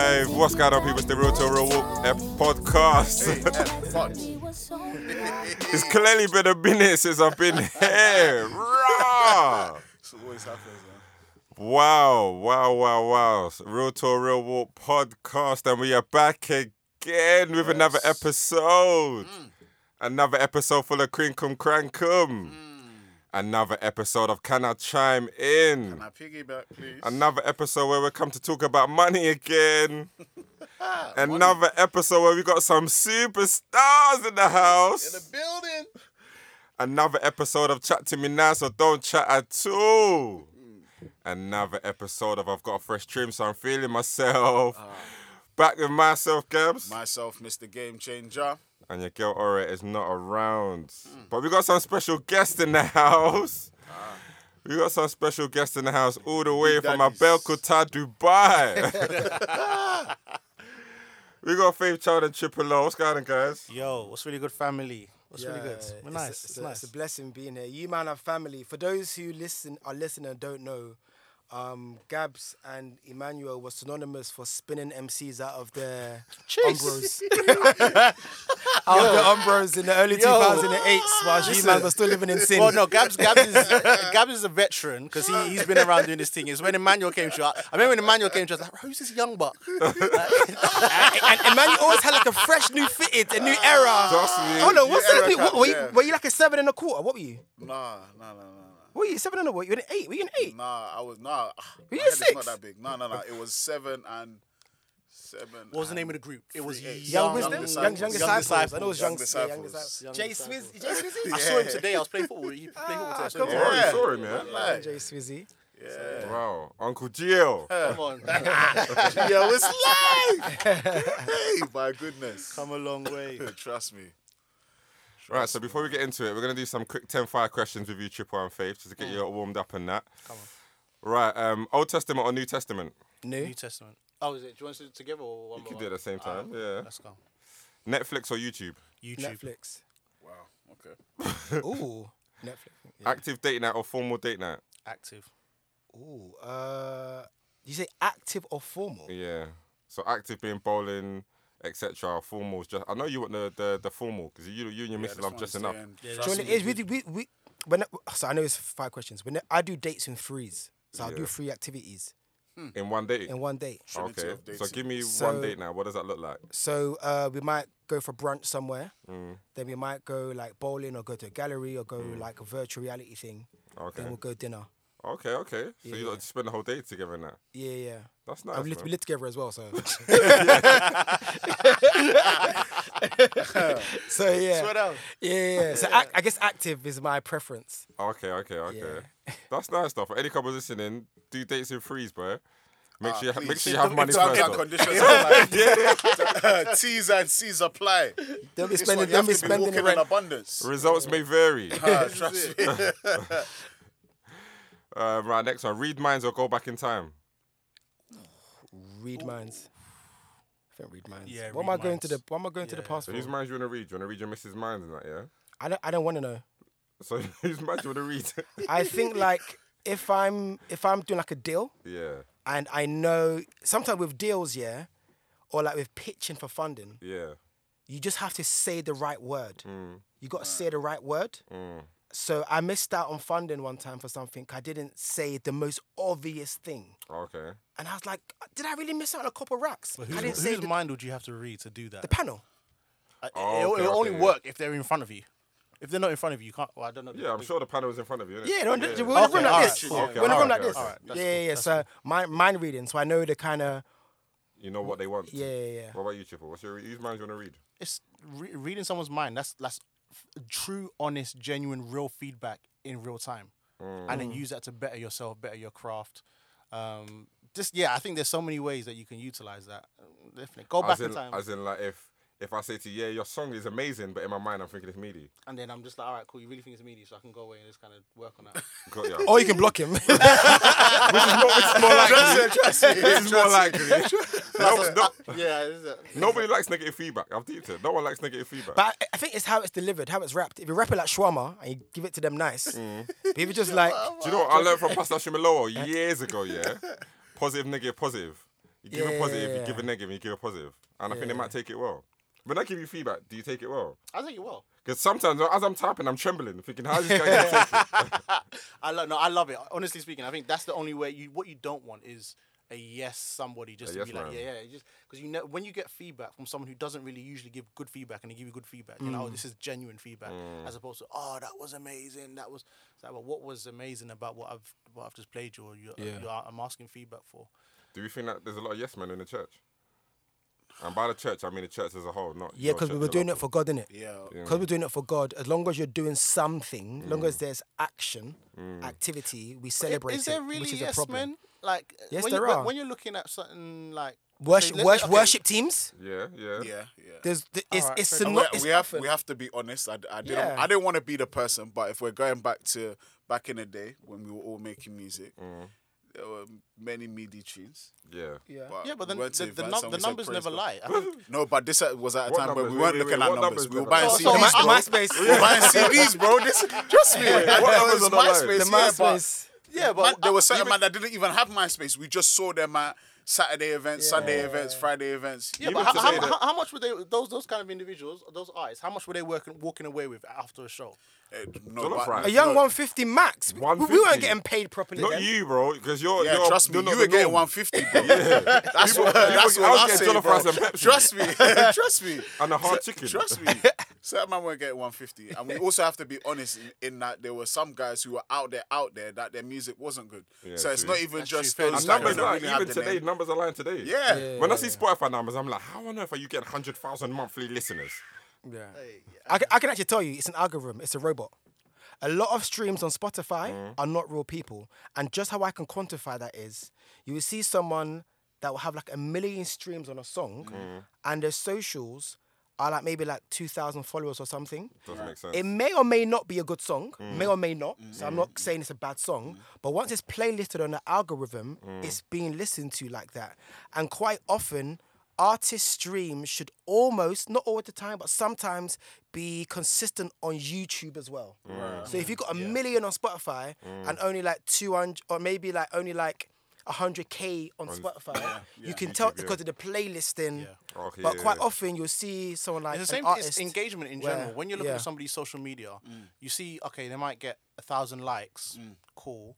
shout out people, it's the Real to Real Walk eh, podcast. Hey, eh, fuck. It's clearly been a minute since I've been here. Rah! This always happens, man. Wow, wow, wow, wow. Real Tour, Real Walk podcast, and we are back again with another Yes. Mm. episode. Another episode full of crinkum crankum. Another episode of Can I Chime In? Now piggyback, please. Another episode where we come to talk about money again. Another episode where we got some superstars in the In the house. building. Another episode of Chat to Me Now, so don't chat at all. Another episode of I've got a fresh trim, so I'm feeling myself. Back with myself, Gabs. Myself, Mr. Game Changer. And your girl Aura is not around. But we got some special guests in the house. We got some special guests in the house all the way from daddies. Abel Kuta, Dubai. we got Faith Child and Triple O. What's going on, guys? Yo, what's really good, family? What's really good? Yeah, We're Uh, it's a- nice. It's, It's, a, nice. it's a blessing being here. You man have family. For those who listen are listening and don't know, um, Gabs and Emmanuel were synonymous for spinning MCs out of their Umbros. out of the Umbros in the early 2008s, whilst you man were still living in sin. well, Oh, no, Gabs, Gabs, is, Gabs is a veteran because he, he's been around doing this thing. It's when Emmanuel came to I remember when Emmanuel came to us, like, who's this young buck? and Emmanuel always had like a fresh new fitted, a new era. Trust me. Hold on, what's New era that? comes, What, were, you, yeah. were you like a seven and a quarter? What were you? Nah, nah, nah, nah, nah. What were you? Seven and a what? You were an eight? Were you an eight? Nah, I was nah. ah, Were my you head is six? Not that big. Nah, nah, nah. It was seven and seven. What was the name of the group? It was Young Young, Wisdom? Young Young- Disciples. Young Young Disciples. I know Disciples. it's Young Young, yeah, Young Disciples. Disciples. Young Jay Disciples. Swizzy. Jay Swizzy? I saw him today. I was playing football. He played football today. come Come Oh, on. Yeah. sorry, man. Like, Jay Swizzy. Wow. Uncle Gio. Come on. Yo, it's live. hey, my goodness. Come a long way. Trust me. Right, so before we get into it, we're going to do some quick 10 fire questions with you, Triple and Faith, just to get you all warmed up and that. Come on. Right, um, Old Testament or New Testament? New. New Testament. Oh, is it? Do you want to do it together or one You by could one? do it at the same time. yeah. Let's go. Netflix or YouTube? YouTube. Netflix. Wow. Okay. Ooh. Netflix. Yeah. Active date night or formal date night? Active. Ooh. Uh, you say active or formal? Yeah. So active being bowling, etc. Formals just. I know you want the the, the formal because you you and your missus This love one's dressing up. staying. Yeah, Do you know what it is? We, do- we, we, when, I- so I know it's five questions. When I do dates in threes, so I'll Yeah. Oh. do three activities in one date. in one day. Trinity okay. of dates So in- give me one So- date now. What does that look like? So uh, we might go for brunch somewhere. Mm. Then we might go like bowling or go to a gallery or go like a virtual reality thing. Okay. Then we'll go dinner. Okay. Okay. So you got to spend the whole day together now. Yeah, yeah. That's And nice. we, live, we man. live together as well, so. so yeah. Swear down. Yeah, yeah. yeah. So ac- I guess active is my preference. Okay. Okay. Okay. That's nice stuff. Any couple listening, do dates in threes, bro. Make Ah, sure you ha- make sure you have money first. and though. conditions apply. T's and C's apply. Don't be This one, spending, you have don't be to be spending the walking in rent. abundance. Results may vary. Ah, Trust me. Uh, right. Next one. Read minds or go back in time. Read minds. I think read minds. Yeah, what am read I going to the? minds. What am I going to the Yeah. past So for? whose minds you wanna read? You wanna read your missus' minds and that, yeah. I don't. I don't want to know. So whose minds you wanna read? I think like if I'm if I'm doing like a deal yeah. and I know sometimes with deals, yeah, or like with pitching for funding, Yeah. you just have to say the right word. Mm. You got to say the right word. So I missed out on funding one time for something. I didn't say the most obvious thing, Okay. and I was like, "Did I really miss out on a couple racks? But I whose, didn't say whose the, mind would you have to read to do that? the panel." I- Oh, it'll, okay, it'll okay, only yeah. work if they're in front of you. If they're not in front of you, you can't. Well, I don't know. Yeah, I'm sure the panel is in front of you. Innit? Yeah, don't, we're Okay, in a room like alright, this. cool. Okay, we're in a room alright, like okay, this. alright, that's yeah, cool, yeah, yeah. So mind, mind reading. So I know the kind of You know what they want. yeah, yeah, yeah. What about you, Triple? What's your whose minds you wanna read? It's re- reading someone's mind. That's that's f- true, honest, genuine, real feedback in real time, and Mm. then use that to better yourself, better your craft. Um, just yeah, I think there's so many ways that you can utilize that. Um, Definitely go back as in, in time, as in like if if I say to you, yeah, your song is amazing, but in my mind I'm thinking it's meaty. and then I'm just like, all right, cool. You really think it's media, so I can go away and just kind of work on that. Got Oh, ya. Or you can block him. It's more likely. Trust me. It's more likely. no, no, yeah, this is it. nobody likes negative feedback. I've deeped it. No one likes negative feedback. but I- I think it's how it's delivered, how it's wrapped. If you wrap it like shawarma and you give it to them nice, Mm. but if you just like Do you know what I learned from Pastor Shimaloa years ago, yeah? Positive, negative, positive. You give a Yeah, positive, yeah, you give a yeah. negative, you give a positive. And I think they Yeah. might take it well. When I give you feedback, do you take it well? I think you will. Because sometimes as I'm typing, I'm trembling, thinking, how's this guy going to take it? I love no, I love it. Honestly speaking, I think that's the only way you what you don't want is a yes somebody just A to yes be like man. yeah yeah it just because you know when you get feedback from someone who doesn't really usually give good feedback and they give you good feedback you Mm. know oh, this is genuine feedback as opposed to oh that was amazing that was it's like well, what was amazing about what I've what I've just played you or you Yeah. you are, I'm asking feedback for Do you think that there's a lot of yes men in the church? And by the church, I mean the church as a whole, not Yeah, because we were doing it for God, innit? yeah Mm. Because we're doing it for God, as long as you're doing something, as long as there's action, activity, we celebrate is there it, really which is a yes problem. men like uh, Yes, when there you, when- are. when you're looking at certain like Worship, let- worship, okay. worship teams. Yeah, yeah. Yeah, yeah. There's, th- it's, Alright, it's, fair And not, we, it's we have often- we have to be honest. I, I didn't Yeah. I didn't want to be the person, but if we're going back to back in the day when we were all making music, Mm. there were many MIDI tunes. Yeah. Yeah. But yeah but we then went to the, the, events num- and the we said, numbers "Praise never God." lie I think No, but this uh, was at a What time where numbers? we Wait, weren't wait, looking wait, at what numbers. numbers We were never buying lie? The CDs. Mi- bro. MySpace. We were buying CDs, bro. This trust me. What numbers was on the line? MySpace, the yeah, but- MySpace. yeah man, but there were certain man that didn't even have MySpace. We just saw them at Saturday events, Sunday events, Friday events. Yeah, Even but how, today how, that- how, how much were they? Those those kind of individuals, those artists, how much were they working walking away with after a show? Eh, Dollar no, but- fries. A young no, 150 max. We- We, weren't 150. getting paid properly. Not then. you, bro, because you're. Yeah, you're, trust me, you're not you the were getting norm. 150. Bro. that's what that's I what was I'm getting saying, dollar bro. fries and Pepsi. Trust me, trust me. And a hard So- chicken. Trust me, certain man won't get 150, and we also have to be honest in, in that there were some guys who were out there, out there that their music wasn't good. Yeah, so it's true. not even That's just true, fair those And enough. that numbers don't are really have even the today. name. Numbers are lying today. Yeah. Yeah. When I see Spotify numbers, I'm like, how on earth are you getting hundred thousand monthly listeners? Yeah. I, can, I can actually tell you, it's an algorithm. It's a robot. A lot of streams on Spotify are not real people, and just how I can quantify that is, you will see someone that will have like a million streams on a song, and their socials are like maybe like two thousand followers or something. Doesn't make sense. It may or may not be a good song, Mm. may or may not. So I'm not saying it's a bad song, but once it's playlisted on the algorithm, Mm. it's being listened to like that. And quite often, artist streams should almost, not all the time, but sometimes be consistent on YouTube as well. Mm. So if you've got a million on Spotify and only like 200, or maybe like only like 100k on, Spotify, you can tell YouTube, yeah. because of the playlisting. Okay, but yeah, quite yeah. often you'll see someone like It's the an same it's artist. engagement in where- general. When you're looking yeah. at somebody's social media, Mm. you see, okay, they might get a thousand likes, cool,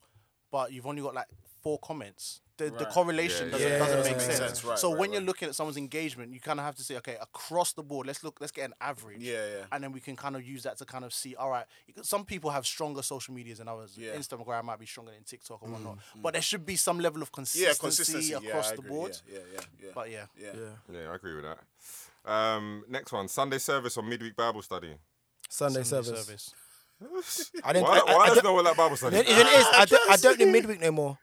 but you've only got like four comments. The, the correlation Yeah, doesn't, yeah. doesn't Yeah. make Doesn't make sense. sense, right, so right, when you're right. looking at someone's engagement, you kind of have to say, okay, across the board, let's look, let's get an average. Yeah, yeah. And then we can kind of use that to kind of see, all right, because some people have stronger social medias than others. Yeah. Mm, Instagram might be stronger than TikTok or whatnot. But there should be some level of consistency, Yeah, consistency yeah, I across the agree. board. Yeah, yeah, yeah, yeah. But yeah. yeah. Yeah, I agree with that. Um, next one, Sunday service or midweek Bible study. Sunday, service. service. I didn't. Why, I, I- why I does don't, no one like Bible study? it it is. Ah, I don't, I don't do midweek no more.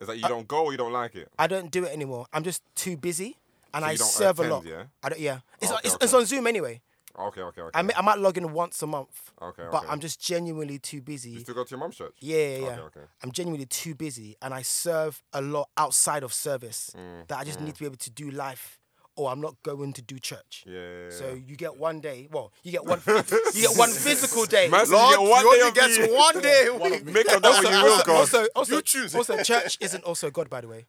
Is that you don't go or you don't like it? I don't do it anymore. I'm just too busy, and I you don't serve attend, a lot. yeah? I don't. Yeah. It's, Okay, it's, okay. it's on Zoom anyway. Okay, okay, okay. I may, I might log in once a month. Okay, But okay. I'm just genuinely too busy. you still go to your mum's church? Yeah, yeah, yeah. Okay, okay. I'm genuinely too busy, and I serve a lot outside of service Mm, that I just need to be able to do life, or I'm not going to do church. Yeah, yeah, yeah. So you get one day. Well, you get one. you get one physical day. Man said you Lord, get one you day only of gets me. one day a week. Make up that what you will, also, God. also, also, You choose. also, church isn't also God, by the way.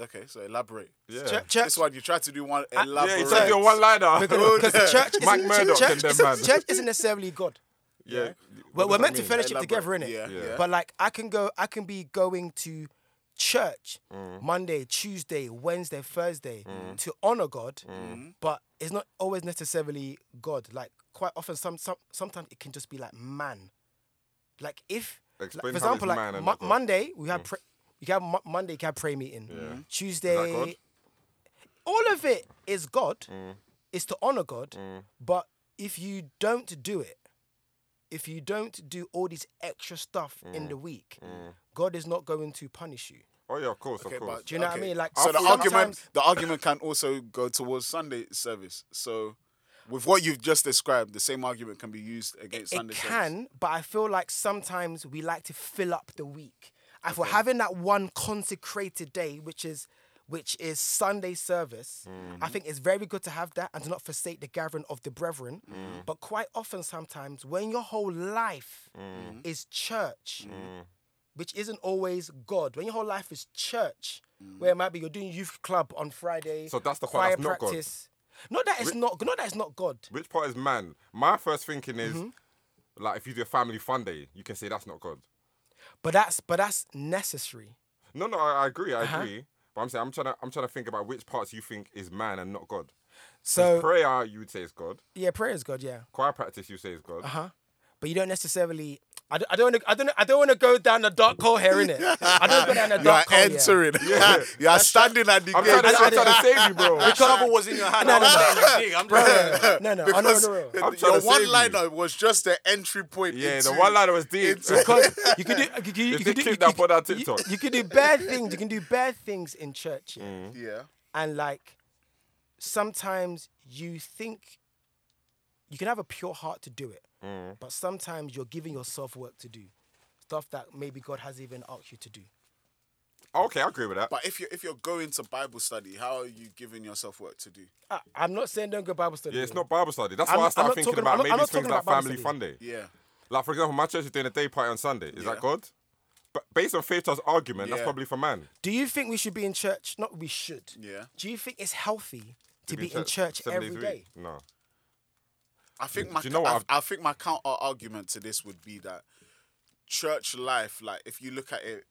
Okay, so elaborate. yeah. Church, church This one you tried to do one Yeah, Uh, elaborate. you said your one liner. Because, because church Mac isn't, Murdoch church, and them isn't- man. church isn't necessarily God. yeah. We're, What we're does that meant to mean? fellowship Elaborate. together, innit? Yeah, yeah. But like, I can go, I can be going to church Mm. Monday, Tuesday, Wednesday, Thursday to honor God, Mm. but it's not always necessarily God. Like quite often, some, some sometimes it can just be like man. Like if, like, Explain for how it's example, like man and Mo- not God. Monday we have pray you can have Mo- Monday you can have prayer meeting. Tuesday, God? all of it is God. It's to honor God. But if you don't do it, if you don't do all these extra stuff in the week, God is not going to punish you. Oh yeah, of course, of course. Do you know what I mean? Like, so the argument, sometimes- the argument can also go towards Sunday service. So, with what you've just described, the same argument can be used against It Sunday can, service. but I feel like sometimes we like to fill up the week. And for having that one consecrated day, which is which is Sunday service, Mm-hmm. I think it's very good to have that and to not forsake the gathering of the brethren. Mm. But Mm. quite often sometimes when your whole life is church, which isn't always God. When your whole life is church, where it might be you're doing youth club on Friday. Mm. So that's the part choir that's not God. practice. Not that it's not. Not that it's not God. Which part is man? My first thinking is, Mm-hmm. like, if you do a family fun day, you can say that's not God. But that's but that's necessary. No, no, I, I agree, I Uh-huh. agree. But I'm saying I'm trying to I'm trying to think about which parts you think is man and not God. 'Cause So prayer, you would say is God. yeah, prayer is God. Yeah. Choir practice, you say is God. huh? But you don't necessarily. I don't. I don't. wanna- I don't. I don't want to go down the dark hole here, innit? I don't go down the You are dark hole. here. entering. you are standing at the I'm, gate. trying to, I'm I- I- trying to save you, bro. The shovel was in your hand. No, no, no. I'm Bro, just no, no, I know, Because no, no. I'm trying your to save you. one liner was just the entry point. Yeah, the into- one liner was deep. Because you can do. You, can- you Is can it do. You, kid that can- put out you- TikTok? you can do bad things. You can do bad things in church, yeah. Mm. Yeah. and like sometimes you think you can have a pure heart to do it, Mm. but sometimes you're giving yourself work to do stuff that maybe God hasn't even asked you to do. Okay, I agree with that. But if you're if you're going to Bible study, how are you giving yourself work to do? I, I'm not saying don't go Bible study. Yeah, it's bro. not Bible study. That's I'm why I not- I'm start not thinking talking- about I'm not- I'm maybe not things talking like about Bible family fun study. day. Yeah. Like for example, my church is doing a day party on Sunday. Is that Yeah. God? But based on Faith Child's argument, that's Yeah. probably for man. Do you think we should be in church? Not we should. Yeah. Do you think it's healthy to, be, in in church, seven days every a day? week. No. I think Do my you know I, what I think my counter argument to this would be that church life, like if you look at it,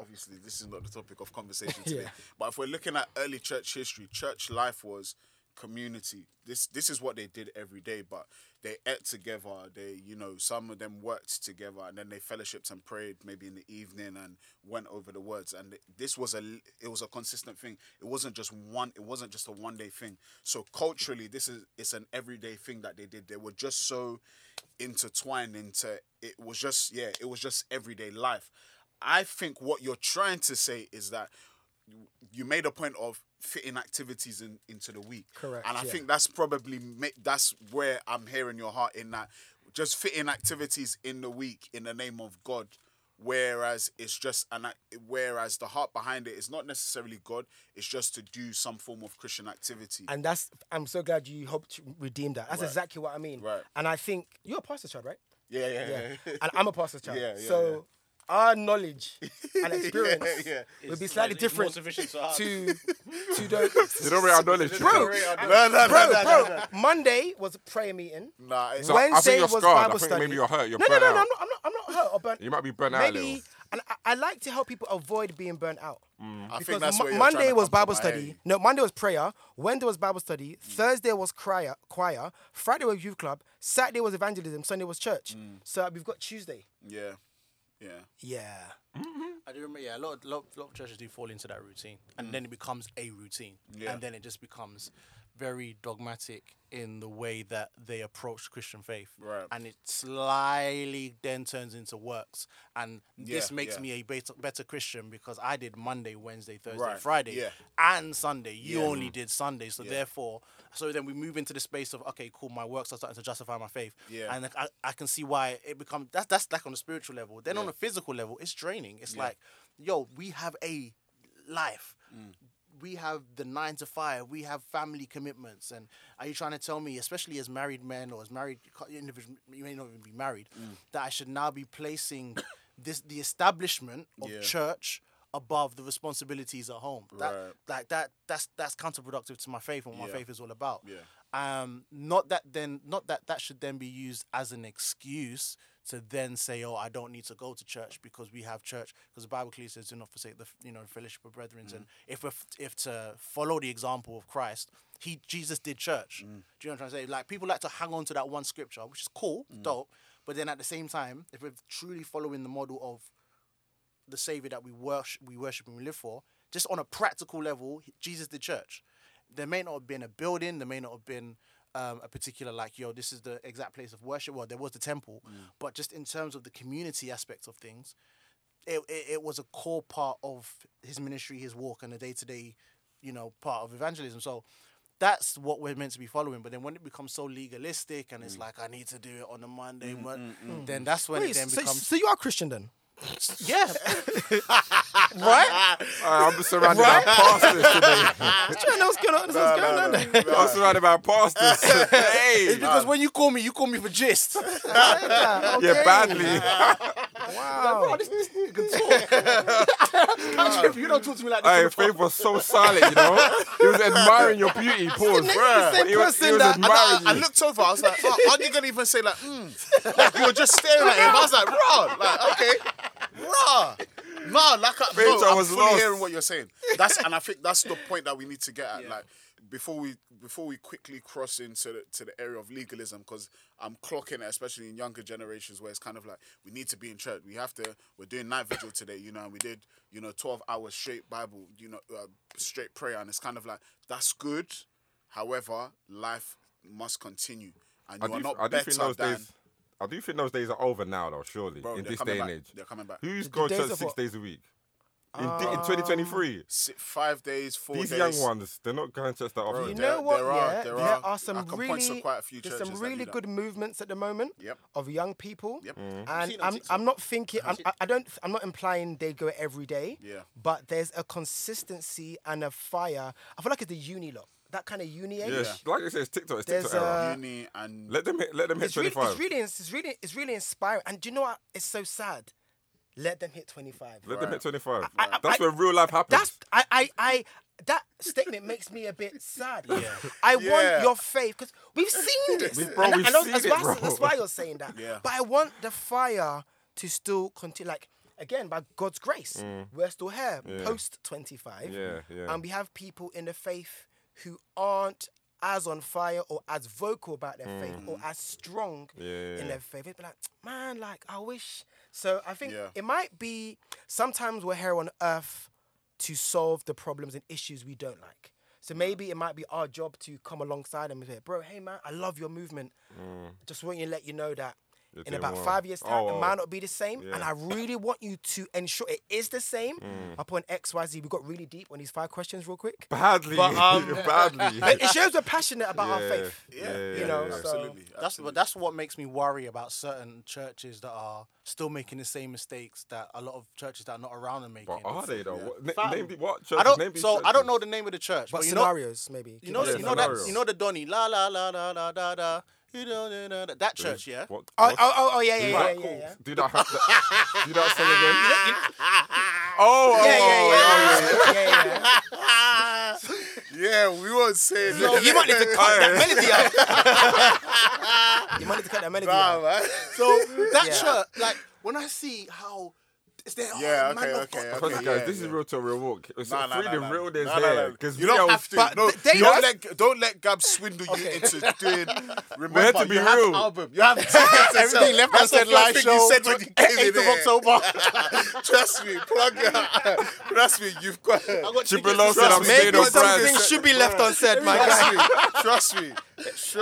obviously this is not the topic of conversation today. Yeah. But if we're looking at early church history, church life was community. This this is what they did every day, but they ate together. They you know some of them worked together, and then they fellowshipped and prayed maybe in the evening and went over the words. And th- this was a l- it was a consistent thing. It wasn't just one. It wasn't just a one day thing. So culturally, this is it's an everyday thing that they did. They were just so intertwined into it was just yeah it was just everyday life. I think what you're trying to say is that you made a point of fitting activities in, into the week. Correct, And I yeah. think that's probably ma- that's where I'm hearing your heart in that just fitting activities in the week in the name of God. Whereas it's just an ac- whereas the heart behind it is not necessarily God. It's just to do some form of Christian activity. And that's I'm so glad you helped redeem that. That's exactly what I mean. Right. And I think you're a pastor's child, right? yeah, yeah, yeah. and I'm a pastor's child. Yeah, yeah, so our knowledge and experience yeah. would be slightly different More sufficient to us. to to those. They don't really acknowledge Bro, you. no, no, Bro, no, no, no, bro, Monday was a prayer meeting. Nah, it's- So I- I think Wednesday you're was scarred. I Bible think study. maybe you're hurt, you're no, burnt no, out. no, no, I'm not. I'm not. I'm not hurt or burnt. You might be burnt out a Maybe, little. Mm. and I, I like to help people avoid being burnt out. I think Because that's Mo- where you're trying Monday to come was from. Bible I hear study. you. No, Monday was prayer. Wednesday was Bible study. Thursday was choir. Choir. Friday was youth club. Saturday was evangelism. Sunday was church. So we've got Tuesday. Yeah, yeah. Mm. Yeah. I do remember, yeah, a lot, lot, lot of churches do fall into that routine, and then it becomes a routine, Mm. Yeah. and then it just becomes very dogmatic in the way that they approach Christian faith, Right. and it slyly then turns into works, and this Yeah, makes yeah. me a better, better Christian because I did Monday, Wednesday, Thursday, Right, Friday, yeah. and Sunday. You only did Sunday, so Yeah. therefore, so then we move into the space of okay, cool, my works are starting to justify my faith, Yeah. and I, I can see why it becomes that's that's like on a spiritual level. Then on a physical level, it's draining. It's like, yo, we have a life. Mm. We have the nine to five. We have family commitments, and are you trying to tell me, especially as married men or as married co- individuals, you may not even be married, Mm. that I should now be placing this the establishment of Yeah. church above the responsibilities at home? That, Right. like that, that's that's counterproductive to my faith and what Yeah. my faith is all about Yeah. um not that then not that that should then be used as an excuse to then say oh i don't need to go to church because we have church because the bible clearly says do not forsake the f- you know fellowship of brethren Mm. and if we're f- if to follow the example of christ he jesus did church Mm. do you know what i'm trying to say like people like to hang on to that one scripture which is cool Mm. dope but then at the same time if we're truly following the model of the savior that we worship, we worship and we live for. Just on a practical level, he- Jesus the church. There may not have been a building. There may not have been um, a particular like, yo, this is the exact place of worship. Well, there was the temple, but just in terms of the community aspects of things, it, it, it was a core part of his ministry, his walk, and the day to day, you know, part of evangelism. So that's what we're meant to be following. But then when it becomes so legalistic and it's like, I need to do it on a Monday, mon- then that's when Wait, it then so, becomes. so you are Christian then? Yeah. right? Uh, I'm surrounded by pastors today. Trying to know what's going on. what's going on there. I'm surrounded by pastors today. Because when you call me, you call me for gist. Yeah, badly. Wow. If you don't talk to me like this, Hey, on the phone- Faith was so silent, you know. He was admiring your beauty. Pause. Bruh. same He was, he person was that- And I, admiring I you. looked over, I was like, oh, aren't you gonna even say like, mm? like you were just staring at him? I was like, raw, like okay, raw, nah, like I, Bitch, no, I I'm was fully lost. hearing what you're saying. That's and I think that's the point that we need to get at, like before we before we quickly cross into the, to the area of legalism, because I'm clocking it, especially in younger generations, where it's kind of like we need to be in church. We have to. We're doing night vigil today, you know, and we did you know 12 hours straight Bible, you know, uh, straight prayer, and it's kind of like that's good. However, life must continue, and I you are do, not I do better think those than. days. I do think those days are over now, though. Surely, Bro, in they're this coming day and back. age, They're coming back. who's going to days church of six what? days a week? In, di- Ah. in 2023, Si- Five days, four these days. young ones, they're not going to church that often. You There- know what? there are- yeah, there there are- are, I some can really point to quite a few there's some churches that really do that. good movements at the moment Yep. of young people. Yep. And seen it on I'm, TikTok. I'm not thinking I'm, I- I don't I'm not implying they go every day. Yeah. But there's a consistency and a fire. I feel like it's the uni lot. That kind of uni age. Yeah, like I said, it's TikTok. It's There's, TikTok era. uh, Uni and Let them hit. Let them hit It's really, 25. it's really ins- it's really it's really inspiring. And do you know what? It's so sad. Let them hit 25. let them hit 25. I- I- that's I- where real life happens. That's I I I that statement makes me a bit sad. I Yeah. want your faith because we've seen this. We- bro, And- we've and that's- seen that's, it, why, bro. that's why you're saying that. Yeah. But I want the fire to still continue. Like again, by God's grace, we're still here post 25. Mm. Yeah, yeah. And we have people in the faith who aren't as on fire or as vocal about their faith or as strong Mm. Yeah. in their faith. They'd be like, man, like I wish. So I think Yeah. it might be sometimes we're here on earth to solve the problems and issues we don't like. So maybe it might be our job to come alongside them and say, bro, hey man, I love your movement. Just want you to let you know that in doing about well. five years' time, Oh, it oh. might not be the same. And Yeah. I really want you to ensure it is the same. Upon XYZ, we got really deep on these five questions real quick. badly. But, um, badly. It it shows we're passionate about our Yeah, faith. yeah, you yeah, know, yeah. so- absolutely. That's but that's what makes me worry about certain churches that are still making the same mistakes that a lot of churches that are not around are making. But are they though? What, na- Fam. name the what church? I don't. Name the so I don't churches. know the name of the church. But you know, scenarios, maybe. you know, Yeah, you know that, scenarios. you know the Donny la la la la la da da. You know da, da, da, that church, yeah. What, Oh, what's- oh, oh, oh, yeah, yeah, yeah, Right, yeah, cool. yeah. Do that. have that- Do that song again. Oh, oh, Yeah, yeah, oh, oh, yeah, yeah, yeah, yeah, yeah. yeah, we won't say So you might need to cut Aye. that melody out. you might need to cut that melody out. So that Yeah. church, like when I see how it's there, Yeah, oh, man, okay, okay, of God. Because okay, guys, yeah, this is yeah. real to real walk. It's Nah, nah, nah, free nah, the nah. realness Nah, nah, here. nah. Because you don't real, have to. But No, th- they don't have- let don't let Gab swindle you into doing. Remember, to be you have real. album. You have everything Left That's the Hand Said Live first thing you Show, said when you came in 8th here. of October. Trust me, plug it. Trust me, you've got. Chibolo said I'm staying on brand. should be left unsaid, my Trust me, trust me,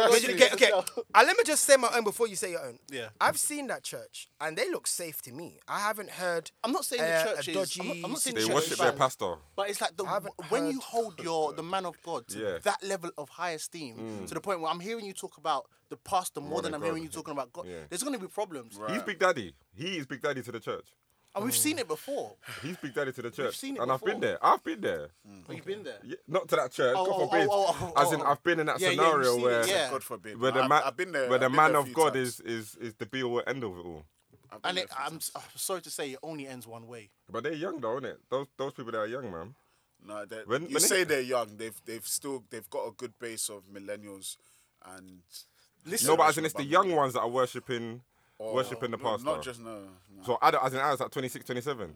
trust Okay, me. okay, okay. Uh, let me just say my own before you say your own. Yeah. I've seen that church and they look safe to me. I haven't heard. I'm not saying uh, the a church is. I'm not, dodgy I'm not saying They the church worship is their bad, pastor. But it's like the, I haven't when you heard- hold your the man of God to Yeah. that level of high esteem to the point where I'm hearing you talk about the pastor more, than, than I'm hearing God. you talking about God. Yeah. There's going to be problems, He's Big Daddy. He is Big Daddy to the church. and we've seen it before. He's Big Daddy to the church. seen it and I've been before. there. I've been there. But you've been there. Yeah, not to that church. Oh, God oh, forbid. oh, oh, oh, As in, oh. I've been in that Yeah, yeah, you've scenario seen it, where, yeah. God forbid. where the I've- man, I've been there. where the I've been man there a of few God is, times. is is the be all end of it all. I've been And there it, a few I'm, times. s- I'm sorry to say, it only ends one way. But they're young though, aren't it? Those those people that are young, man. No, they When- you when they- say they're young. They've they've still they've got a good base of millennials, and Listen, No, but as in, it's the above young millennials. ones that are worshiping worshiping the Oh, No, pastor. Not just no. no. So I, don't- as in, I was like 26, 27.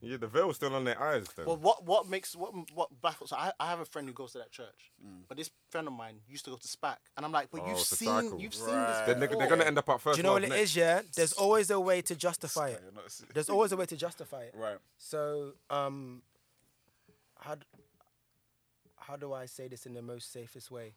Yeah, the veil's still on their eyes. Then. Well, what what makes what what baffles? I, I have a friend who goes to that church, but this friend of mine used to go to SPAC, and I'm like, but Oh, you've it's a seen cycle. you've Right. seen Then this. they're, before. they're gonna end up at first. Do you know what it is? it is? Yeah, there's always a way to justify it. There's always a way to justify it. Right. So, um, how d- how do I say this in the most safest way,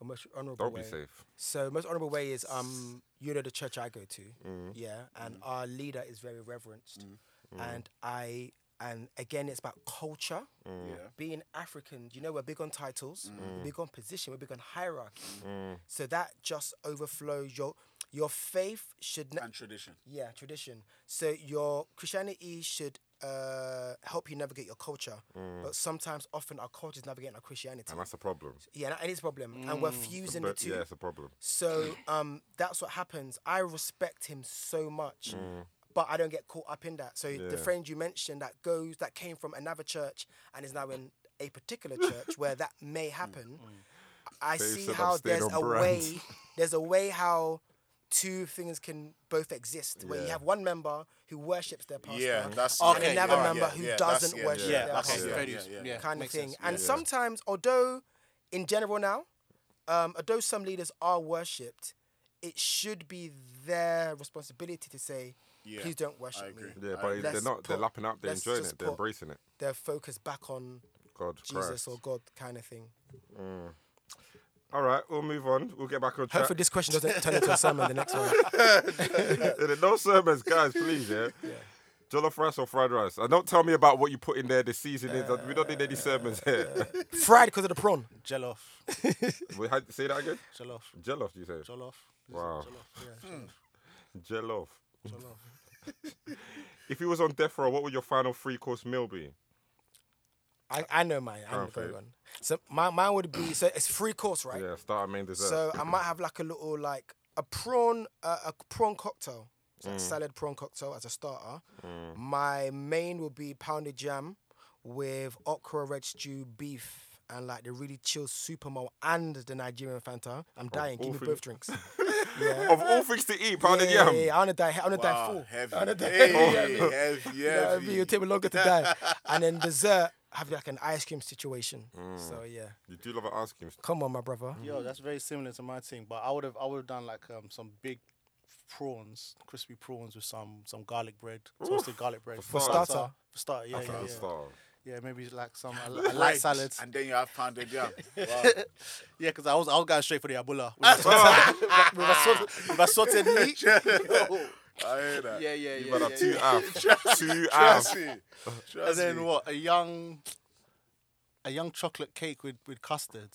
or most honourable Don't way? be safe. So most honourable way is um you know the church I go to, Mm-hmm. yeah, and our leader is very reverenced, Mm-hmm. and I and again it's about culture. Mm-hmm. Yeah. Being African, you know we're big on titles, we're big on position, we're big on hierarchy. Mm-hmm. So that just overflows your your faith should not And tradition. yeah, tradition. So your Christianity should uh, help you navigate your culture, but sometimes, often, our culture is navigating our Christianity. Mm. And that's Mm. a problem. yeah, and it's a problem, and we're fusing the But, two. yeah, it's a problem. So um, that's what happens. I respect him so much, but I don't get caught up in that. So Mm. Yeah. the friend you mentioned that goes that came from another church and is now in a particular church where that Mm. may happen. I Dave see said I'm how staying there's on a brand. way there's a way how two things can both exist where you Yeah. have one member who worships their pastor Yeah, that's and Okay, another yeah, member yeah, who yeah, that's- doesn't yeah, worship yeah, their that's pastor it. very yeah, s- yeah. kind of makes thing. sense. And sometimes, although in general now, um, although some leaders are worshipped, it should be their responsibility to say, Yeah, please don't worship I agree. me. Yeah, I but agree. they're Let's not. they're put- lapping up. They're let's enjoying just it. They're put embracing it. Their focus back on God Jesus Christ. or God kind of thing. All right, we'll move on. We'll get back on track. Hopefully, this question doesn't turn into a sermon the next one. no sermons, guys, please, yeah? Jollof rice or fried rice? And don't tell me about what you put in there this season. is. we don't need any sermons here. Fried because of the prawn. Jollof. we had say that again? Jollof. Jollof, you say? Jollof. Wow. Yeah, Jollof. Jollof. If you was on death row, what would your final three course meal be? I, I know mine. I know the Perfect. going one. So my, mine would be so it's free course, right? Yeah, starter main dessert. So I might have like a little like a prawn uh, a prawn cocktail, so Mm. like salad prawn cocktail as a starter. My main will be pounded jam with okra red stew beef. And like the really chill super mole and the Nigerian Fanta, I'm dying. Give me awful. both drinks. of all things to eat, pounded yeah, yam. yeah, yeah, I wanna die. I wanna die Wow, full. heavy. I wanna die. Hey, full. heavy, You know what I mean? heavy. It'll take me longer to die. And then dessert, have like an ice cream situation. Mm. So yeah, You do love an ice cream. come on, my brother. Yo, that's very similar to my team, but I would have I would have done like um, some big prawns, crispy prawns with some some garlic bread, toasted garlic bread for starter. For starter, yeah, yeah, Yeah. yeah. Star. yeah, maybe like some a, li- a light salad. And then you have pounded yam. Wow. Yeah, because I was I was going straight for the abula with a sauteed- with a sauteed- with a sauteed meat. I hear that. Yeah, yeah, You yeah. better have yeah, uh, two yeah. half. two Trust half. me. And Trust me. then what? A young, a young chocolate cake with with custard.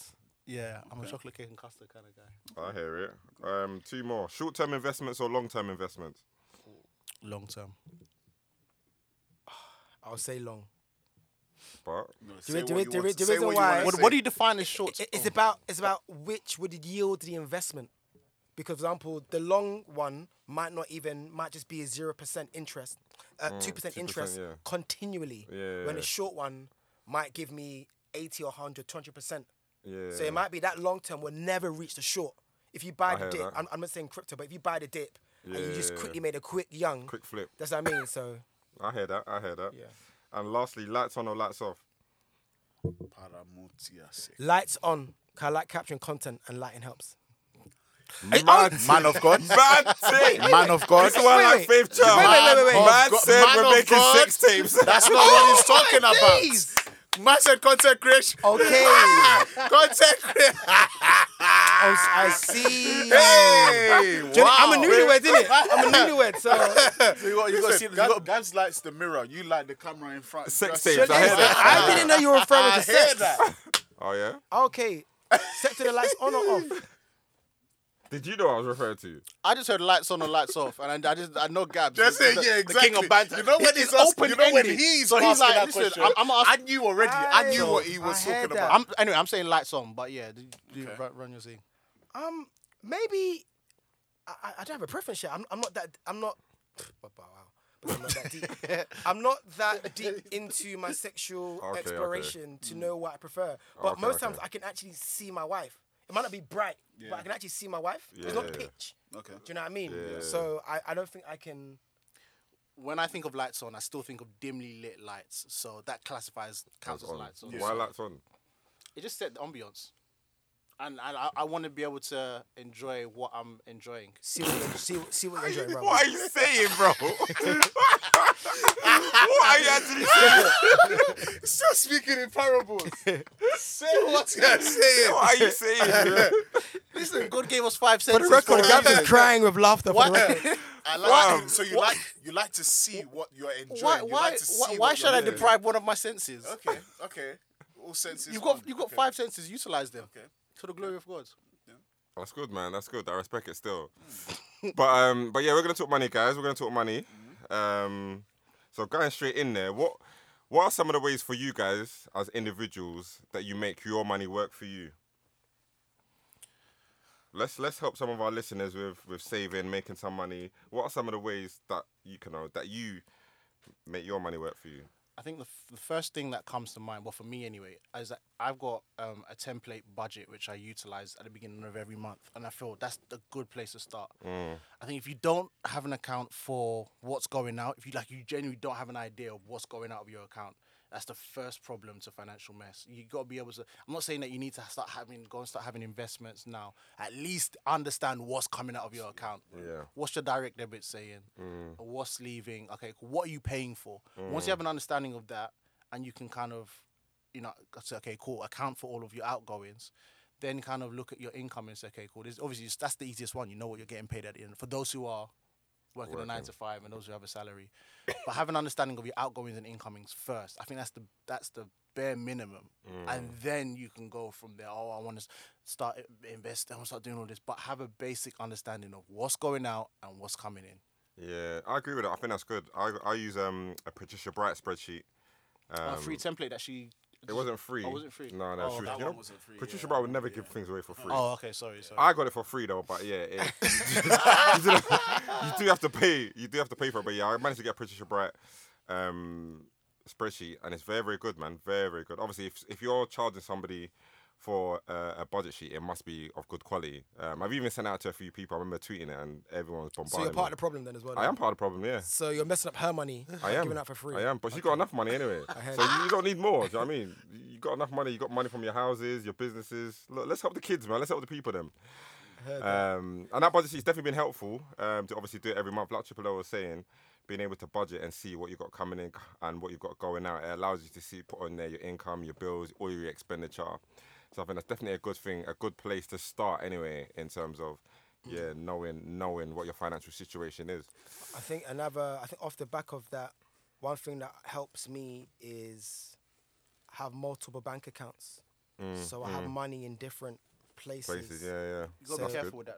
Yeah, I'm a chocolate cake and custard kind of guy. I hear it. Um, two more. Short term investments or long term investments? Long term. I'll say long. But No, Do say it, do what it, you do want to- it, do say it, what you why. wanna What, say. what do you define as short? It- It's term? about it's about which would yield the investment. Because, for example, the long one might not even might just be a zero percent interest, uh, two percent 2%, interest Mm, yeah. continually. Yeah, When yeah. the short one might give me eighty or 100, 200 percent. yeah. So it might be that long term will never reach the short. If you buy the hear dip, that. I'm, I'm not saying crypto, but if you buy the dip and you just Yeah. quickly made a quick young, Quick flip. that's what I mean. So I hear that. I hear that. Yeah. And lastly, lights on or lights off? Paramutia sick. lights on. 'Cause I like capturing content and lighting helps. Man of God. Bad take. Man of God. This one like oh, wait. Faith Child. Wait, wait, wait, wait, wait. Man God- said man we're of making God. sex tapes. That's not what Oh, he's talking about. Jeez. Man said content creation. Okay. Content creation. I, I see. Hey, Do you know- I'm wow. a newlywed, innit? I'm a newlywed, so You got, you got to see. Listen, You Gab- got, Gabs likes the mirror. You like the camera in front. Sex That's- tapes. I hear that. I didn't know you were referring I to hear sex. that. Oh yeah. Okay, set to the lights on or off. Did you know I was referring to you? I just heard lights on and lights off, and I, I just I know Gabs. Just the, say, the- yeah, the king exactly. of banter. You know when It he's is asking, you know when open-ended. he's so he's asking like, that listen, question. I'm, I'm I asking. knew already. I knew I- what he was I heard talking that. about. I'm, anyway, I'm saying lights on, but yeah, do, do Okay. run, run your thing. Um, maybe I, I- I don't have a preference yet. I'm, I'm not that. I'm not. Wow, wow, wow. But I'm not that deep. I'm not that deep into my sexual okay. Mm. exploration to know what I prefer. But Okay, most okay. times I can actually see my wife. It might not be bright, but I can actually see my wife. It's Yeah. not pitch. Okay. Do you know what I mean? Yeah. So I, I don't think I can. When I think of lights on, I still think of dimly lit lights, so that classifies counts as on. lights on. Why lights on? It just set the ambience, and and I, I want to be able to enjoy what I'm enjoying. See what you're, see, what- see what you're enjoying, bro. What are you saying, bro? what are you actually saying? Still speaking in parables. Say what you're saying. What are you saying? bro? Listen, God gave us five For cents. the record, Gab is crying with laughter. For What? the record. I like Wow. it. So you like you like to see what you're enjoying. Why You why like to see why, what why you're should I doing. deprive one of my senses? Okay. Okay. All senses. You've got on. you've got Okay. five senses. Utilize them Okay. to the glory of God. That's good, man. That's good. I respect it still. but um, but yeah, we're gonna talk money, guys. We're gonna talk money. Um, so going straight in there, what what are some of the ways for you guys as individuals that you make your money work for you? Let's let's help some of our listeners with with saving, making some money. What are some of the ways that you can uh, that you make your money work for you? I think the, f- the first thing that comes to mind, well, for me anyway, is that I've got um, a template budget which I utilize at the beginning of every month, and I feel that's a good place to start. I think if you don't have an account for what's going out, if you like, you genuinely don't have an idea of what's going out of your account. That's the first problem to financial mess. You gotta be able to. I'm not saying that you need to start having go and start having investments now. At least understand what's coming out of your account. Yeah. What's your direct debit saying? What's leaving? Okay, what are you paying for? Once you have an understanding of that, and you can kind of, you know, say, okay, cool, account for all of your outgoings, then kind of look at your income and say, okay, cool. This obviously it's- that's the easiest one. You know what you're getting paid at the end. For those who are working, a nine to five and those who have a salary, but have an understanding of your outgoings and incomings first. I think that's the that's the bare minimum, and then you can go from there. Oh, I want to start i- invest. I want to start doing all this, but have a basic understanding of what's going out and what's coming in. Yeah, I agree with that. I think that's good. I I use um a Patricia Bright spreadsheet. Um, a free template that she. It wasn't free. Oh, was it free? No, no. Oh, she was, that you know, one wasn't free, Patricia yeah, Bright would never give things away for free. Oh, okay. Sorry, sorry. I got it for free though, but yeah, it, you, do, you do have to pay. You do have to pay for it, but yeah, I managed to get a Patricia Bright um, spreadsheet, and it's very, very good, man. Very, very good. Obviously, if if you're charging somebody for uh, a budget sheet, it must be of good quality. Um, I've even sent it out to a few people. I remember tweeting it, and everyone was bombarding. So you're part me. of the problem then as well. I am part of the problem. Yeah. So you're messing up her money. I am. Giving out for free. I am, but she got enough money anyway. heard so you don't need more. Do you know what I mean? You got enough money. You got money from your houses, your businesses. Look, let's help the kids, man. Let's help the people, them. Um, and that budget sheet's definitely been helpful um, to obviously do it every month. Like Triple O was saying, being able to budget and see what you've got coming in and what you've got going out. It allows you to see, put on there your income, your bills, all your expenditure. So I think that's definitely a good thing, a good place to start anyway, in terms of yeah, knowing knowing what your financial situation is. I think another. I think off the back of that, one thing that helps me is have multiple bank accounts. so I have money in different places. Mm, Places, yeah, yeah. you gotta be That's good. careful with that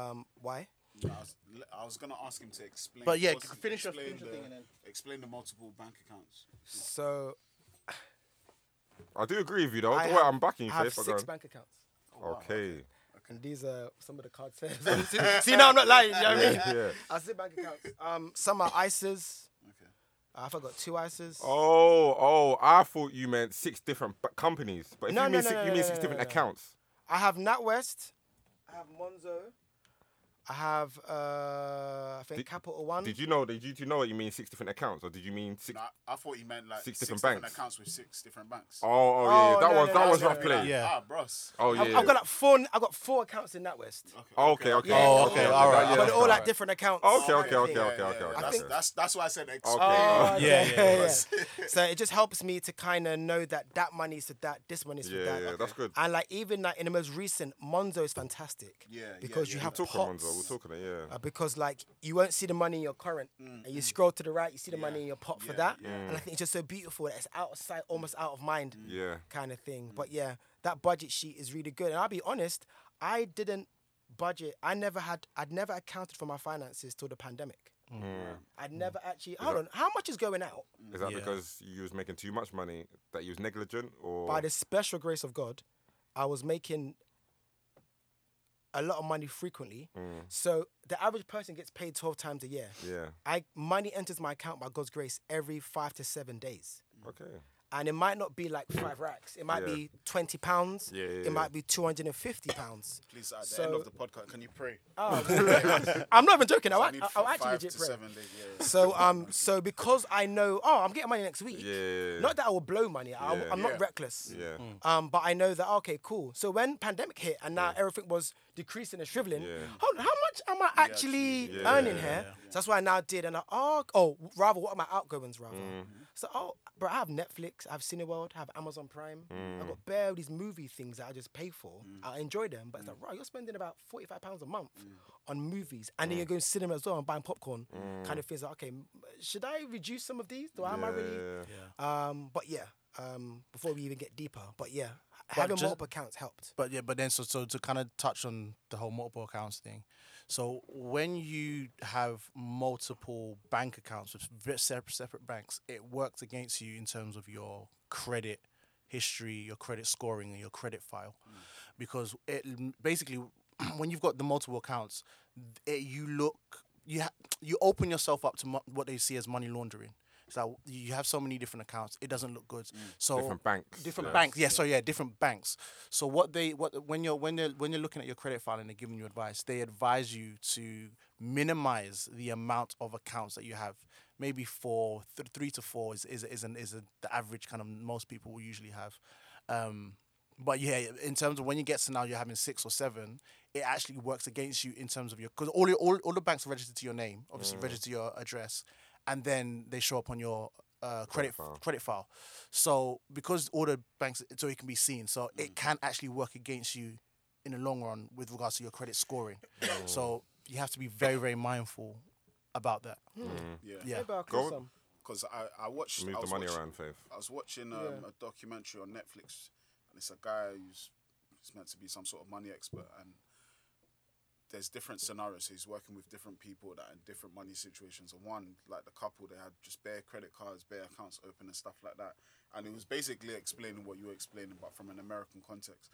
Um, why? I was, I was gonna ask him to explain. But yeah, what's- finish your- explain finish your the- thing and then- explain the multiple bank accounts. So I do agree with you though. I Don't worry, have- I'm backing you, I have Faith, but go six on. bank accounts. Okay. And these are some of the cards. here. See, now I'm not lying. You know what I mean? yeah. I sit bank accounts. Um, some are ISAs. Okay. I forgot two ISAs. Oh, oh, I thought you meant six different b- companies, but if No, you no, mean no, six, no, you no, mean no, six no, different no. accounts. I have NatWest. I have Monzo. I have uh, I think Did- Capital One. Did you know? Did you, do you know what you mean six different accounts, or did you mean six No, I- I thought he meant like Six six, different different, banks. accounts with six different banks. Oh, oh, yeah, Oh, that no, was no, that no, was no, rough no, play. no. Yeah. Ah, bros. Oh I've, yeah. I've got like four. I got four accounts in NatWest. okay, okay. Yeah. Oh, okay, all right. yeah, but that's they're all all like right. different accounts. Okay, okay, Everything. okay, okay, okay, Yeah, okay. That's, that's that's why I said explain. Okay. Oh, Yeah, okay, yeah, yeah. so it just helps me to kind of know that that money's to that, this money's for Yeah, that. yeah, that's good. And like even like in the most recent, Monzo is fantastic. Yeah, yeah, Because yeah. We'll you have We'll talk on pots. Monzo. We'll talk on it. Yeah. uh, because like you won't see the money in your current, and you scroll to the right, you see the money in your pot for Mm, yeah, that, yeah. and I think it's just so beautiful that it's out of sight, almost out of mind, Mm. Yeah. kind of thing. But yeah, that budget sheet is really good, and I'll be honest, I didn't budget. I never had, I'd never accounted for my finances till the pandemic. I'd never actually. Hold on, how much is going out? Is that Yeah. because you was making too much money that you was negligent, or by the special grace of God, I was making a lot of money frequently. So the average person gets paid 12 times a year. yeah? I money enters my account by God's grace every 5 to 7 days. Okay. And it might not be like 5 racks. It might Yeah. be 20 pounds. Yeah, yeah, yeah. It might be 250 pounds. Please, at the Uh, So- Oh, end of the podcast, can you pray? I'm not even joking. I I'll, need I'll f- oh, actually five legit to pray. seven days. Yeah, yeah. So um, so because I know, oh, I'm getting money next week. Yeah. Not that I will blow money. I, Yeah. I'm not Yeah. reckless. Yeah. Um, but I know that okay, cool. So when pandemic hit and now everything was decreasing and shriveling, Yeah. hold on, how much am I actually Yeah. earning here? So that's what I now did, and I, oh, oh, rather, what are my outgoings rather? Mm. So oh, bro, I have Netflix, I have Cineworld, I have Amazon Prime. I've Mm. got bare all these movie things that I just pay for. I enjoy them, but it's Mm. like, right, you're spending about forty five pounds a month on movies, and Mm. then you're going to cinema as well and buying popcorn, kind of things. Like, okay, m- should I reduce some of these? Do I am I really? Yeah. Um, but yeah, um, before we even get deeper, but yeah, having just- multiple accounts helped. But yeah, but then so so to kind of touch on the whole multiple accounts thing. So when you have multiple bank accounts with ve- sep- separate banks, it works against you in terms of your credit history, your credit scoring, and your credit file, because it l- basically when you've got the multiple accounts, it, you look you ha- you open yourself up to mo- what they see as money laundering. So you have so many different accounts, it doesn't look good. So Different banks, different yeah. banks. Yeah, so yeah, different banks. So what they what when you're when they're when you're looking at your credit file and they're giving you advice, they advise you to minimize the amount of accounts that you have. Maybe four, th- three to four is is is, an, is a, the average kind of most people will usually have. Um, but yeah, in terms of when you get to now, you're having six or seven. It actually works against you in terms of your because all, your- all all the banks register to your name, obviously register to your address, and then they show up on your uh, credit file. credit file. So because all the banks, so it can be seen. So it can actually work against you in the long run with regards to your credit scoring. so you have to be very very mindful about that. Yeah. Yeah. Maybe Go I'll call on. some. Because I, I watched. I Move the Oh, was money watching, around, Faith. I was watching um, Yeah. a documentary on Netflix, and it's a guy who's he's meant to be some sort of money expert, and there's different scenarios. He's working with different people that are in different money situations. And one, like the couple, they had just bare credit cards, bare accounts open, and stuff like that. And it was basically explaining what you were explaining, but from an American context.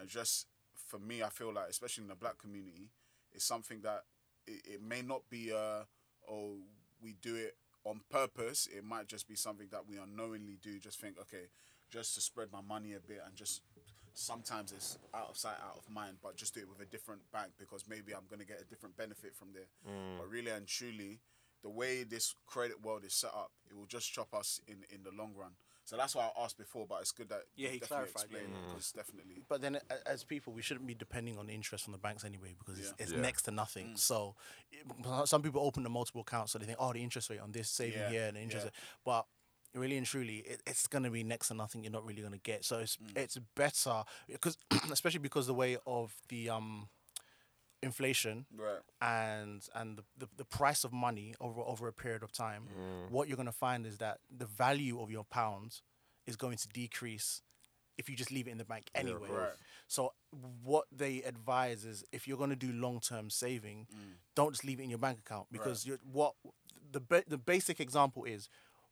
And just for me, I feel like, especially in the black community, it's something that it, it may not be uh oh we do it on purpose it might just be something that we unknowingly do just think okay just to spread my money a bit and just sometimes it's out of sight out of mind but just do it with a different bank because maybe i'm going to get a different benefit from there Mm. but really and truly the way this credit world is set up it will just chop us in in the long run so that's why i asked before but it's good that Yeah, you he definitely clarified, yeah. explained it because definitely But then, a- as people, we shouldn't be depending on the interest from the banks anyway because it's, Yeah. Mm. it's Yeah. next to nothing. So, it- some people open the multiple accounts so they think, oh, the interest rate on this saving Yeah, here and the interest. yeah. Rate. But really and truly, it, it's going to be next to nothing. You're not really going to get. So it's Mm. it's better because, especially because the way of the um, inflation right and and the, the, the price of money over over a period of time, what you're gonna find is that the value of your pounds is going to decrease if you just leave it in the bank anyway. course. So what they advise is if you're gonna do long term saving, Mm. don't just leave it in your bank account because you're, what the ba- the basic example is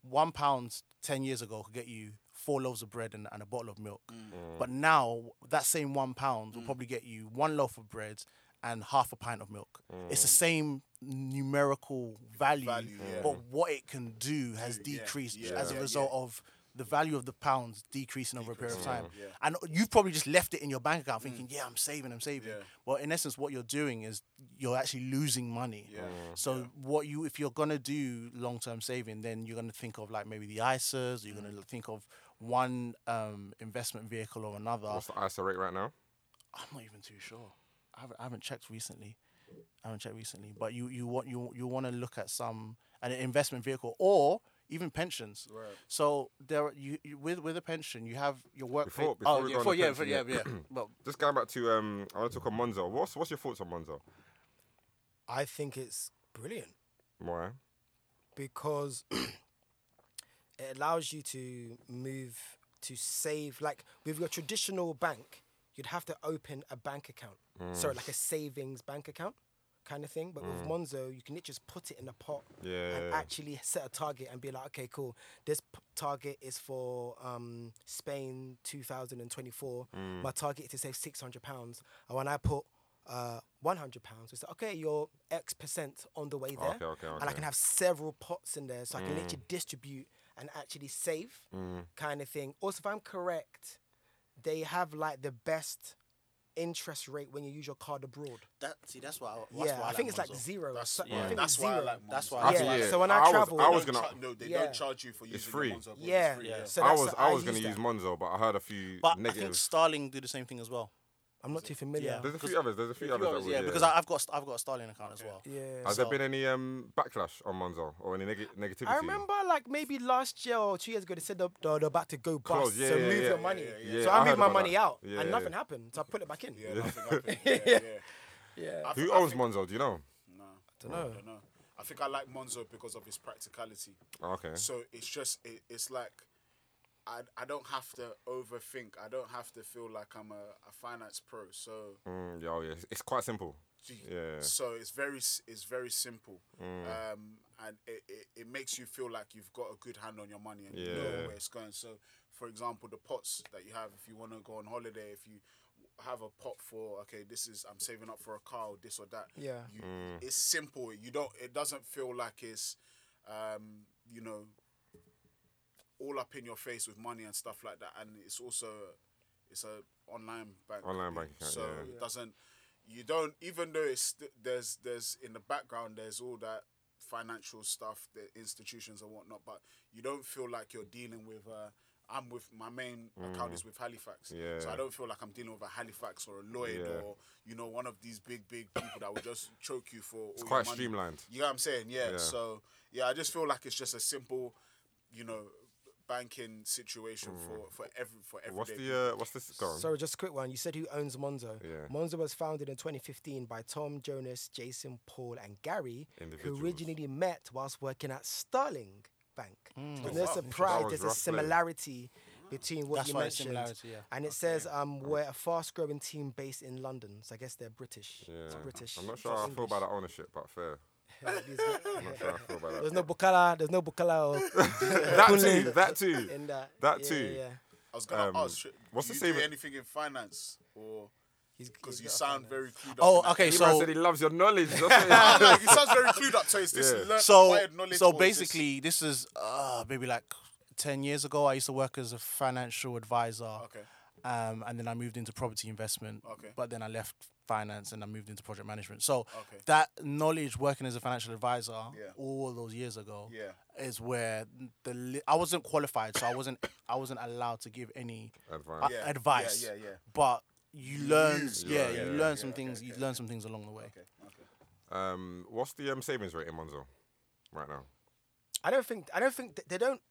one pound ten years ago could get you four loaves of bread and, and a bottle of milk. Mm. But now that same one pound will probably get you one loaf of bread and half a pint of milk. It's the same numerical value, Value, yeah. but what it can do has Do, yeah, decreased yeah, as a yeah, result yeah. of the value of the pounds decreasing over a period of time. yeah. Mm. And you've probably just left it in your bank account thinking, yeah, I'm saving, I'm saving. Yeah. Well, in essence, what you're doing is you're actually losing money. Yeah. Mm. So what you, if you're gonna do long-term saving, then you're gonna think of like maybe the ISAs. You're Mm. gonna think of one um, investment vehicle or another. What's the ISA rate right now? I'm not even too sure. I haven't, I haven't checked recently. I haven't checked recently. But you you want you you want to look at some an investment vehicle or even pensions. Right. So there are- you, you with with a pension you have your work. Before- before oh we yeah, go on before, the yeah, pension, before- yeah. yeah, yeah. Well, Just going back to um, I want to talk on Monzo. What's what's your thoughts on Monzo? I think it's brilliant Why? because it allows you to move to save. Like with your traditional bank, you'd have to open a bank account. Sorry, like a savings bank account kind of thing. But with Monzo, you can literally just put it in a pot and Yeah. actually set a target and be like, okay, cool. This p- target is for um, Spain 2024. My target is to save 600 pounds. And when I put uh, 100 pounds, it's like, okay, you're X percent on the way there. Okay, okay, And I okay. Mm. can have several pots in there so I can literally distribute and actually save kind of thing. Also, if I'm correct, they have like the best interest rate when you use your card abroad. that see that's why. I, that's yeah, why I, I think it's like Monzo. zero. that's, So- I yeah. think that's it's why i zero. like That's Monzo. why I I Yeah, think, so when I was- travel- I They was don't gonna, char- no, they Yeah. don't charge you for using the free. Monzo board, it's Yeah. free, yeah. yeah. So I that's was, how I was gonna use use that. Monzo, but I heard a few But I think negatives. Starling do the same thing as well. I'm not too familiar. Yeah. there's a few others. There's a few others. that would, yeah, because I, I've got I've got a Starling account as well. Yeah. Has there been any um, backlash on Monzo or any neg- negativity? I remember like maybe last year or two years ago they said they're, they're they're about to go bust, Close, yeah, so yeah, move yeah, your yeah, money. yeah, yeah. So I I, heard moved my about money that. out Yeah, and yeah. nothing happened. So I put it back in. Yeah, nothing happened. Yeah, yeah. I Who think- I owns think- Monzo? Do you know? No, I dunno. don't know. I think I like Monzo because of his practicality. Oh, okay. So it's just it, it's like I I don't have to overthink. I don't have to feel like I'm a, a finance pro. So Mm, yeah, oh, yeah. It's quite simple. Yeah. Mm. so it's very s- it's very simple. Um, and it, it, it makes you feel like you've got a good hand on your money and you know Yeah. where it's going. So for example, the pots that you have if you want to go on holiday, if you have a pot for okay this is i'm saving up for a car or this or that Yeah. you, Mm. it's simple you don't it doesn't feel like it's um you know all up in your face with money and stuff like that and it's also it's a online bank Online bank account, so yeah. it doesn't you don't even though it's th- there's there's in the background there's all that financial stuff the institutions and whatnot but you don't feel like you're dealing with uh I'm with my main account is with Halifax, so Mm. Yeah. I don't feel like I'm dealing with a Halifax or a Lloyd Yeah. or you know one of these big big people that will just choke you for. It's quite streamlined. You know what I'm saying? Yeah. Yeah. So yeah, I just feel like it's just a simple, you know, banking situation for for every for every Mm. What's the uh, what's this? Go on. Sorry, just a quick one. You said who owns Monzo? Yeah. Monzo was founded in 2015 by Tom, Jonas, Jason, Paul, and Gary, who Individuals. originally met whilst working at Starling Bank. Hmm. To their wow. surprise, That was there's a rough, man. similarity between what That's you why it's mentioned. similarity, yeah. And it says um, we're a fast-growing team based in London. So I guess they're British. It's Yeah. British. I'm not sure how I feel about that ownership, but fair. I'm not sure how I feel about There's that. no Bukala. There's no Bukala or that too. That in too. that. That yeah, too. Yeah, yeah. I was gonna Um, ask. should- what's do the you do saving- anything in finance or He's- because he's you got a sound finance. very clued up. Oh, in that. okay. He man So said he loves your knowledge. That's what Like, it sounds very clued up. So it's this Yeah. learnt so acquired knowledge so or is this- basically this is uh maybe like 10 years ago i used to work as a financial advisor okay. um and then i moved into property investment Okay. but then i left finance and i moved into project management so Okay. that knowledge working as a financial advisor Yeah. all those years ago Yeah. is where the li- i wasn't qualified so i wasn't i wasn't allowed to give any Advice. Yeah, yeah, advice yeah, yeah. but you learn use yeah, learn, you yeah, learn some things you learn some things along the way Okay. Okay. um, what's the um, savings rate in Monzo right now? I don't think I don't think th- they don't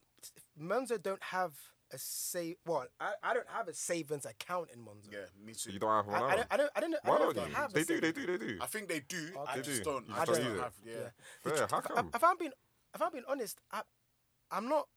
Monzo don't have a save well I, I don't have a savings account in Monzo. Yeah. Me too. You don't have I, one I now. don't I don't I don't know, I Why don't know if don't they you? have They a do. savings They do. They do. I think they do. They I do. just don't. You I just just don't don't use it. have. Yeah. Yeah. Fair. How come? If I'm being if I'm being honest, I I'm not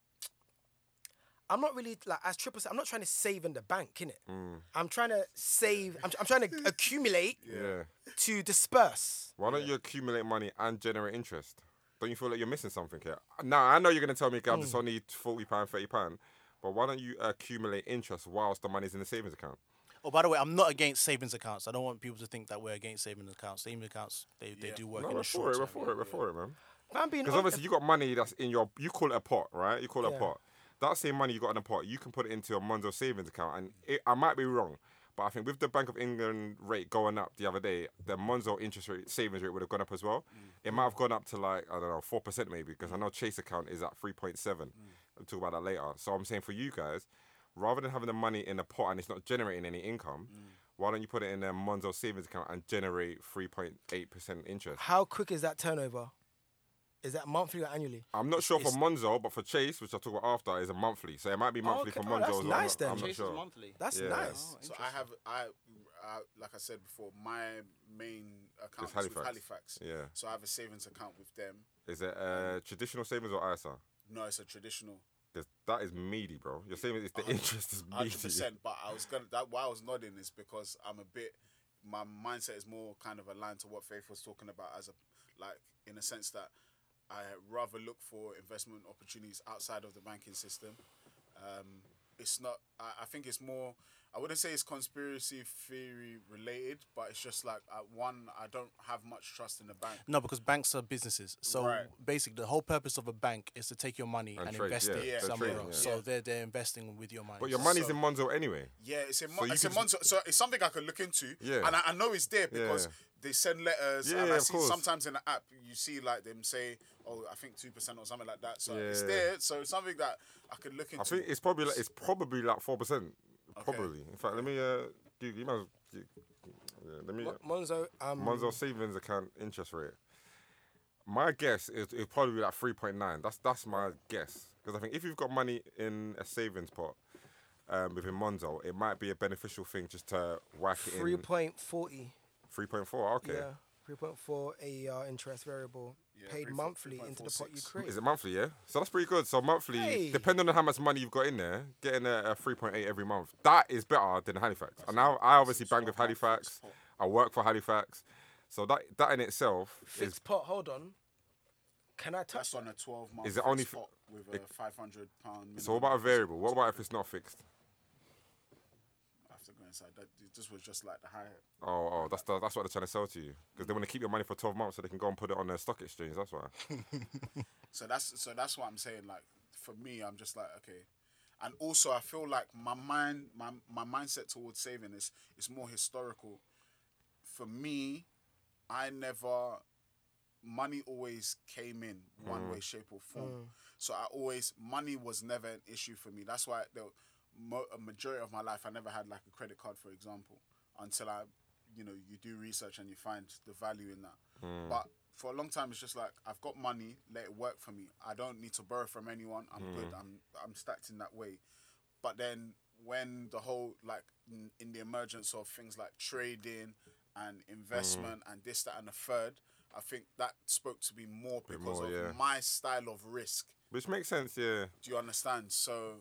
I'm not really like as triple said, I'm not trying to save in the bank, innit? Mm. I'm trying to save I'm, I'm trying to accumulate Yeah. to disperse. Why don't you accumulate money and generate interest? Don't you feel like you're missing something here? Now I know you're gonna tell me, Gab, it's only forty pound, thirty pound, but why don't you accumulate interest whilst the money's in the savings account? Oh, by the way, I'm not against savings accounts. I don't want people to think that we're against savings accounts. Savings accounts, they, they do work No, in we're the for short it. We're term. for it. We're for it, man. If I'm being Because honest, obviously you got money that's in your you call it a pot, right? You call it Yeah. a pot. That same money you got in a pot, you can put it into your Monzo savings account. And it, I might be wrong, but I think with the Bank of England rate going up the other day, the Monzo interest rate savings rate would have gone up as well. It might have gone up to like I don't know four percent maybe because I know Chase account is at three point seven. We'll talk about that later. So I'm saying for you guys, rather than having the money in a pot and it's not generating any income. Why don't you put it in a Monzo savings account and generate 3.8% interest? how quick is that turnover? Is that monthly or annually? I'm not sure for Monzo, but for Chase, which I'll talk about after, is a monthly. So it might be monthly for okay. Oh, Monzo that's as well. nice I'm then. not, I'm not sure. monthly. That's Yeah. nice. So I have I, I like I said before, my main account It's is with Halifax. Halifax. Yeah. So I have a savings account with them. Is it uh, traditional savings or ISA? No, it's a traditional, 'Cause that is meaty, bro. Your savings is the interest is hundred meaty. percent. But I was gonna that why I was nodding is because I'm a bit. My mindset is more kind of aligned to what Faith was talking about, as a like in a sense that I rather look for investment opportunities outside of the banking system. Um, it's not. I, I think it's more. I wouldn't say it's conspiracy theory related, but it's just like uh, one. I don't have much trust in the bank. No, because banks are businesses. So Right. basically, the whole purpose of a bank is to take your money and, And trade, invest yeah, it yeah, somewhere trade, else. yeah. So they're, they're investing with your money. But your money's So- in Monzo anyway. Yeah, it's in, So Mon- you it's can in Monzo. So it's something I could look into. Yeah. And I, I know it's there because Yeah. they send letters. Yeah, and yeah, I of see course. sometimes in the app, you see like them say, oh, I think 2% or something like that. So it's Yeah. there. So it's something that I could look into. I think it's probably like, it's probably like four percent. Probably. In fact, let me uh, Google. You might as- you- yeah, let me. Mo- Monzo, um, Monzo savings account interest rate. My guess is it'll probably be like three point nine. That's that's my guess because I think if you've got money in a savings pot um, within Monzo, it might be a beneficial thing just to whack it three in point forty. three point four. Okay, Yeah, three point four AER interest variable paid three- monthly into the pot you 3.46. create. is it monthly? Yeah, so that's pretty good. So monthly, Hey. depending on how much money you've got in there, getting a, a three point eight every month, that is better than Halifax. and now I obviously bang with Halifax. I work for Halifax, so that that in itself is Fixed pot. Hold on. Can I touch? That's on a 12 month Is it only f- spot with a 500 pound. So what about a variable? What about if it's not fixed? I have to go inside. That this was just like the high. Oh, oh, that's the, that's what they're trying to sell to you because they want to keep your money for twelve months so they can go and put it on the stock exchange. That's why. So that's so that's what I'm saying. Like for me, I'm just like okay, and also I feel like my mind, my my mindset towards saving is is more historical. For me, I never money always came in one way, shape or form. So I always money was never an issue for me. That's why the mo- a majority of my life I never had like a credit card, for example, until I, you know, you do research and you find the value in that. Hmm. But for a long time, it's just like I've got money, let it work for me. I don't need to borrow from anyone. I'm Hmm. good. I'm I'm stacked in that way. But then when the whole like in, in the emergence of things like trading and investment Hmm. and this that and the third, I think that spoke to me more because more, of yeah. my style of risk. Which makes sense, yeah. Do you understand? So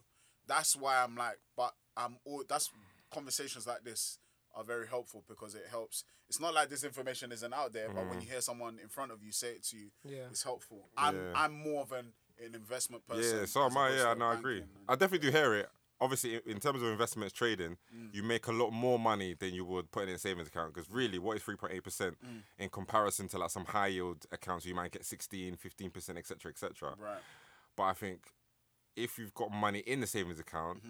that's why I'm like, but I'm all that's conversations like this are very helpful because it helps. It's not like this information isn't out there, but Mm. when you hear someone in front of you say it to you, Yeah. it's helpful. I'm Yeah. I'm more of an, an investment person. Yeah, so am I. as opposed Yeah, to no, I banking agree. and- I definitely do hear it. Obviously, in- in terms of investments trading, Mm. you make a lot more money than you would put in a savings account because really, what is 3.8% Mm. in comparison to like some high yield accounts where you might get 16, 15%, etc., cetera, etc. Right. But I think if you've got money in the savings account,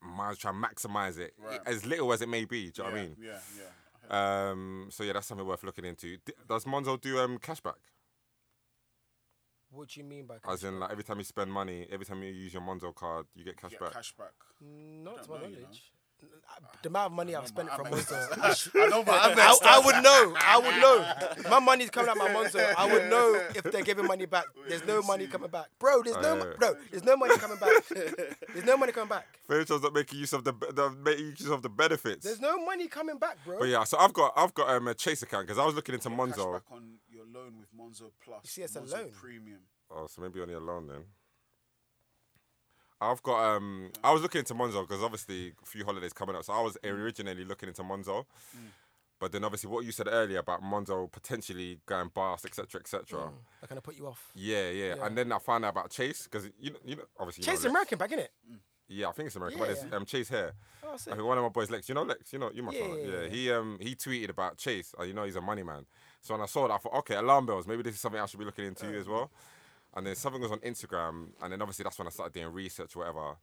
might as well try and maximize it Mm-hmm. Right. as little as it may be. Do you know yeah, what I mean? Yeah, yeah. Um, so yeah, that's something worth looking into. D- Does Monzo do um cashback? What do you mean by As in, like every time you spend money, every time you use your Monzo card, you get Get cashback. cash back. Not to my know, you know. knowledge. N- I- The amount of money I've spent from Monzo. I know, but I'm I, I would know. I would know. My money's coming out my Monzo. I would know if they're giving money back. There's no money coming back, bro. There's no, mo- Oh, yeah. bro. There's no money coming back. There's no money coming back. Fairchild's not making use of the, be- the making use of the benefits. There's no money coming back, bro. but yeah, so I've got I've got um, a Chase account because I was looking into Cash Monzo. back on your loan with Monzo Plus. see, it's a Monzo loan. Premium. Oh, so maybe only a loan then. I've got um I was looking into Monzo because obviously a few holidays coming up, so I was originally looking into Monzo. But then obviously what you said earlier about Monzo potentially going bust, etc., etc. I kind of put you off. Yeah, yeah, Yeah. And then I found out about Chase because you know, you know, obviously you know Chase is Lex. American back, innit? Yeah, I think it's American, but it's Yeah. um, Chase here. Oh, I sick. think one of my boys, Lex. You know Lex. You know you must know. Lex. Yeah, Yeah, yeah, he um he tweeted about Chase. and you know he's a money man. So when I saw that, I thought, okay, alarm bells. Maybe this is something I should be looking into as well. And then something was on Instagram, and then obviously that's when I started doing research, or whatever.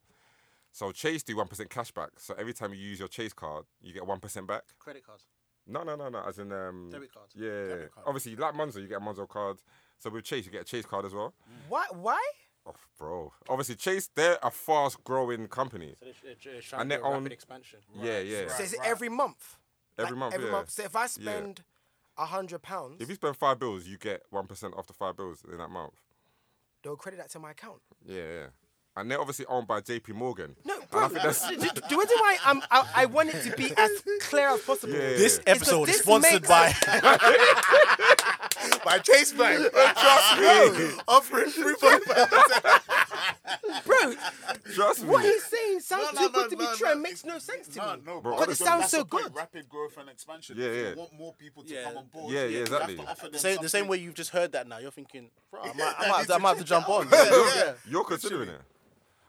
So Chase do one percent cashback. So every time you use your Chase card, you get one percent back. Credit cards. No, no, no, no. As in um, Debit card. Yeah, Debit card. obviously like Monzo, you get a Monzo card. So with Chase, you get a Chase card as well. Why? Why? Oh, bro. Obviously Chase, they're a fast-growing company. So it's, it's, it's trying And to their do a own- rapid expansion. Yeah, yeah. So is it right. every month? Every Like, month, Every yeah. month. So if I spend a hundred pounds, If you spend five bills, you get one percent off the five bills in that month. they'll credit that to my account. Yeah, yeah. And they're obviously owned by JP Morgan. No, And bro. I think that's- do, do, do you know why I'm, I, I want it to be as clear as possible? Yeah, yeah, This yeah. It's 'cause episode is this sponsored makes- by. By Chase Bank. Offering free bro. Trust me. What he's saying sounds No, too no, no, good to be no, true no, and it's- makes no sense to No, me. no, Bro, it but that's- sounds that's so the point, good. Rapid growth and expansion. Yeah, If yeah. You want more people to Yeah. come on board. Yeah, yeah, you have to exactly. offer them Say the same something. way you've just heard that now. You're thinking, bro, I might, I might, have, to- I might have to jump on. You're considering it.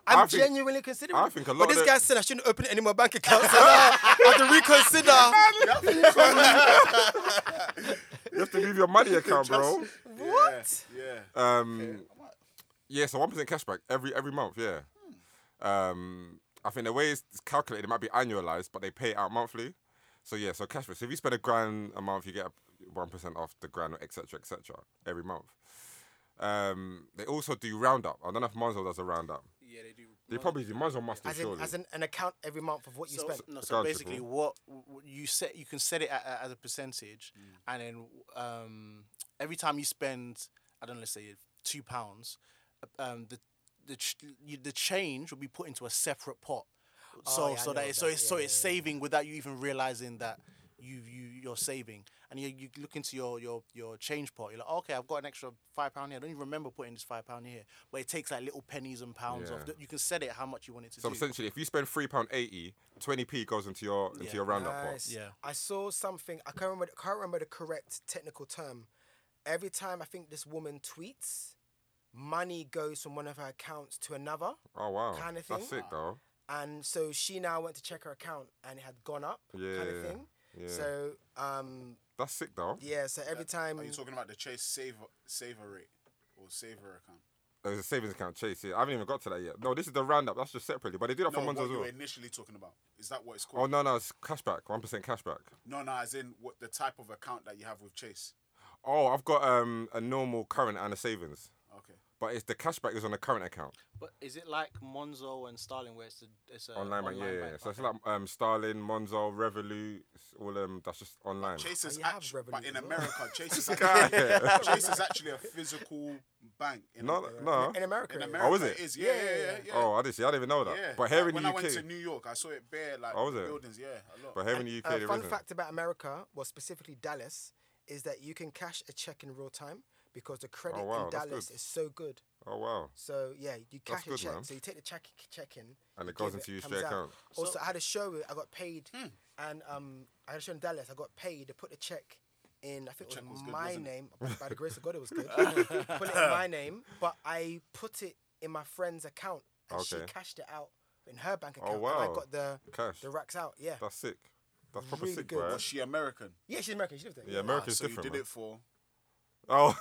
I'm I think- genuinely considering. I think a lot But this of the- guy said I shouldn't open any more bank accounts. So now I have to reconsider. You have to leave your money account, bro. What? Yeah. Um, yeah, so one percent cashback every every month. Yeah. Um, I think the way it's calculated, it might be annualized, but they pay it out monthly. So yeah, so cashback. So if you spend a grand a month, you get one percent off the grand, etc., cetera, etc. Cetera, every month. Um, they also do roundup. I don't know if Monzo does a roundup. Yeah, they do. They probably do. Monzo must do As in, surely. as in an account every month of what you So, spend. no, The so card basically, triple. what, what you set, you can set it at, as a percentage, Mm. and then um, every time you spend, I don't know, let's say two pounds, um, the the ch- you, the change will be put into a separate pot. So Oh, yeah, I so know that it's, that. so it's so Yeah, it's saving without you even realizing that you you you're saving, and you you look into your your your change pot. You're like, "Oh, okay, I've got an extra five pound here. I don't even remember putting this five pound here, but it takes like little pennies and pounds Yeah. off. You can set it how much you want it to So do. essentially, if you spend three pound eighty, twenty p goes into your into Yeah. your roundup pot. Nice. Yeah. I saw something. I can't remember. Can't remember the correct technical term. Every time I think this woman tweets, money goes from one of her accounts to another. Oh wow, Kinda that's thing. sick though. And so she now went to check her account and it had gone up, kind Yeah, of thing. yeah. So um, That's sick though. yeah, so every time Are you talking about the Chase Saver Saver rate or Saver account? There's a savings account, Chase. Yeah, I haven't even got to that yet. No, this is the roundup. That's just separately, but they do that No, for what ones as you well. were initially talking about is that what it's Oh called? no, no, it's cashback. One percent cashback. no, no, as in what the type of account that you have with Chase. Oh, I've got um a normal current and a savings, Okay. but it's the cashback is on the current account. But is it like Monzo and Starling where it's a, it's a Oh, online bank, yeah, yeah. bank? So it's like um, Starling, Monzo, Revolut, it's all um, that's just online. Chase is you have actually, Revolut but in as well. America, Chase is actually, Chase is actually a physical bank. In No, America. no. in America, uh, in yeah. America, Oh, is it? it is. Yeah, yeah, yeah. yeah, Oh, I didn't see. I didn't even know that. yeah. But here Like, in when the I went to UK, New York, I saw it bare like Oh, is it? buildings. Yeah, a lot. but here in the UK, Uh, there fun isn't. fact about America, well, specifically Dallas, is that you can cash a check in real time because the credit Oh, wow, in that's Dallas good. is so good. Oh wow. So yeah, you cash good, a check. man. So you take the check check in, And you it goes give into your comes straight out. account. Also, I had a show. I got paid, Hmm. and um, I had a show in Dallas. I got paid to put the check in. I think it check was was good, my wasn't it? name. By the grace of God, it was good. put it in my name, but I put it in my friend's account, and she Okay. cashed it out in her bank account. Oh, And wow. I got the Cash. the racks out. Yeah. That's sick. That's proper Really sick, good. bro. Was she American? yeah, she's American. She lives there. Yeah, America's so you different. did man. it for Oh,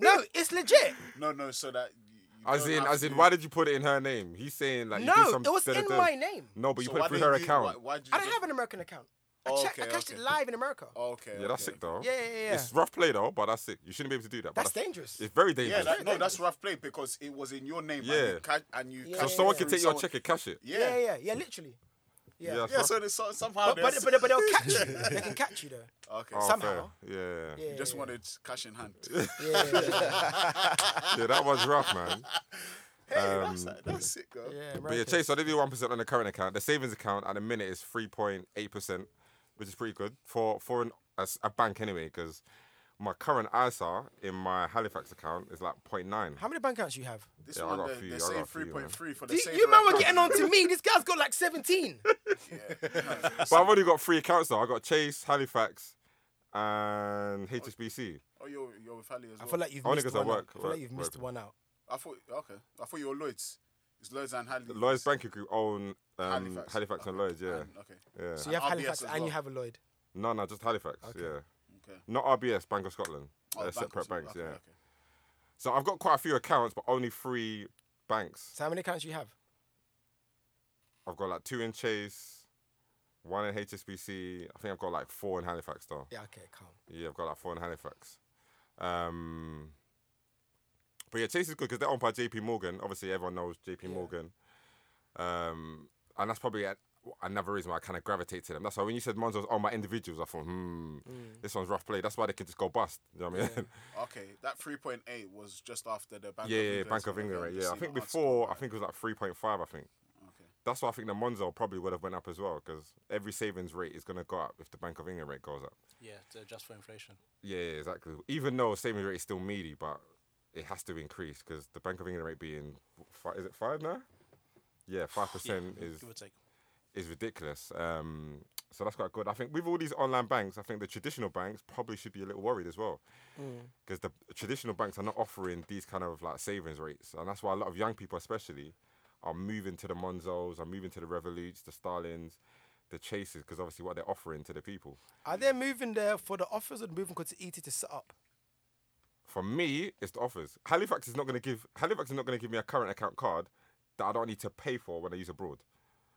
No, it's legit. no, no, so that. You, you as don't in, have as to in, do- why did you put it in her name? He's saying like Uh, you did No, some it was da- da- in da. my name. No, but you So put why it through didn't her you- account. Why, why did you I don't do- have an American account. I, Oh, checked, okay, I cashed okay. Oh. it live in America. Okay. yeah, that's okay. sick though. Yeah, yeah, yeah. It's rough play though, but that's sick. You shouldn't be able to do that. but That's dangerous. It's very Yeah, dangerous. that, no, that's rough play because it was in your name. and Yeah. you, ca- and you Yeah, so cashed yeah, someone yeah. can through take your someone- check and cash it. Yeah, yeah, yeah, yeah, literally. Yeah. that's Yeah, rough. so there's so, somehow. But, but, there's- but, but they'll catch you. They can catch you though. okay. Oh, somehow. fair. Yeah. Yeah. You just wanted cash in hand. Yeah, yeah, yeah. yeah, that was rough, man. hey, Um, that's, that's sick, girl. yeah But yeah, American. Chase, so they do one percent on the current account. The savings account at the minute is three point eight percent, which is pretty good for for an, a, s- a bank anyway. Because my current ISA in my Halifax account is like 0.9. How many bank accounts you have? This Yeah, I one, got a they're, few, they're I got saying a few, man. 3.3 for the You, same. you man were getting on to me. This guy's got like 17. But I've only got three accounts though. I got Chase, Halifax, and HSBC. Oh, you're, you're with Ali as I well. feel like you've Only missed 'cause I one work- out. I feel work- like you've missed work. one out. I thought, okay. I thought you were Lloyd's. It's Lloyd's and Halley. Lloyd's Banking Group own um, Halifax. Halifax. and Lloyd's, yeah. And- uh, Okay. yeah. So you have RBS Halifax as and well. you have a Lloyd. No, no, just Halifax, yeah. Okay. Not RBS, Bank of Scotland. Oh, They're bank separate also. banks, Okay, yeah. okay. So I've got quite a few accounts, but only three banks. So how many accounts you have? I've got like two in Chase, one in HSBC. I think I've got like four in Halifax though. Yeah, okay, calm. Yeah, I've got like four in Halifax. Um, but yeah, Chase is good because they're owned by JP Morgan. Obviously, everyone knows JP Morgan. Um, and that's probably a, another reason why I kind of gravitate to them. That's why when you said Monzo's on my individuals, I thought, hmm, this one's rough play. That's why they can just go bust. You know what I mean? Okay, that 3.8 was just after the Bank yeah, of yeah, England. Bank of England, right? Yeah, I think before, I think it was like 3.5, I think. Okay. That's why I think the Monzo probably would have went up as well because every savings rate is going to go up if the Bank of England rate goes up. Yeah, to adjust for inflation. Yeah, yeah, exactly. Even though savings rate is still meaty, but it has to increase because the Bank of England rate being five, is it five now? Yeah, five percent is Give or take. is ridiculous. Um, so that's quite good. I think with all these online banks, I think the traditional banks probably should be a little worried as well because the traditional banks are not offering these kind of like savings rates, and that's why a lot of young people, especially, are moving to the Monzos, are moving to the Revolutes, the Starlings, the Chases, because obviously what they're offering to the people. Are they moving there for the offers or moving because it's easy to set up? For me, it's the offers. Halifax is not going to give Halifax is not going to give me a current account card that I don't need to pay for when I use abroad.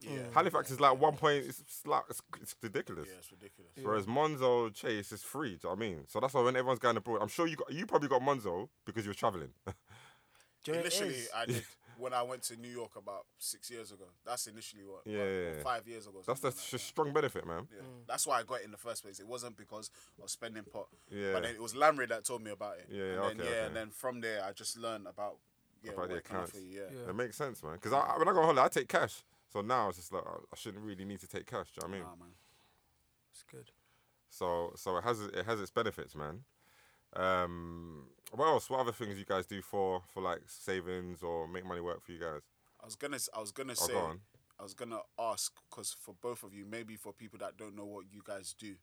Yeah. Halifax is like one point. It's it's like it's, it's ridiculous. Yeah, it's ridiculous. Whereas Monzo Chase is free. Do you know what I mean? So that's why when everyone's going abroad, I'm sure you got you probably got Monzo because you were traveling. Do you know what it Initially, is? uh, I did when I went to New York about six years ago. That's initially what. Yeah, what- yeah, what, yeah. five years ago. that's something the like that. s strong benefit, man. Yeah. That's why I got it in the first place. It wasn't because of spending pot. Yeah. But then it was Lamry that told me about it. Yeah, And then, okay, yeah, okay. and then from there I just learned about yeah About the what it can accounts. offer you, Yeah. It makes sense, man. Because I, when I go on holiday, I take cash. So now it's just like I I shouldn't really need to take cash. Do you know what I mean? Nah, man. It's good. So so it has it has its benefits, man. Um, what else? What other things you guys do for for like savings or make money work for you guys? I was gonna I was gonna say Oh, go on. I was gonna ask because for both of you, maybe for people that don't know what you guys do,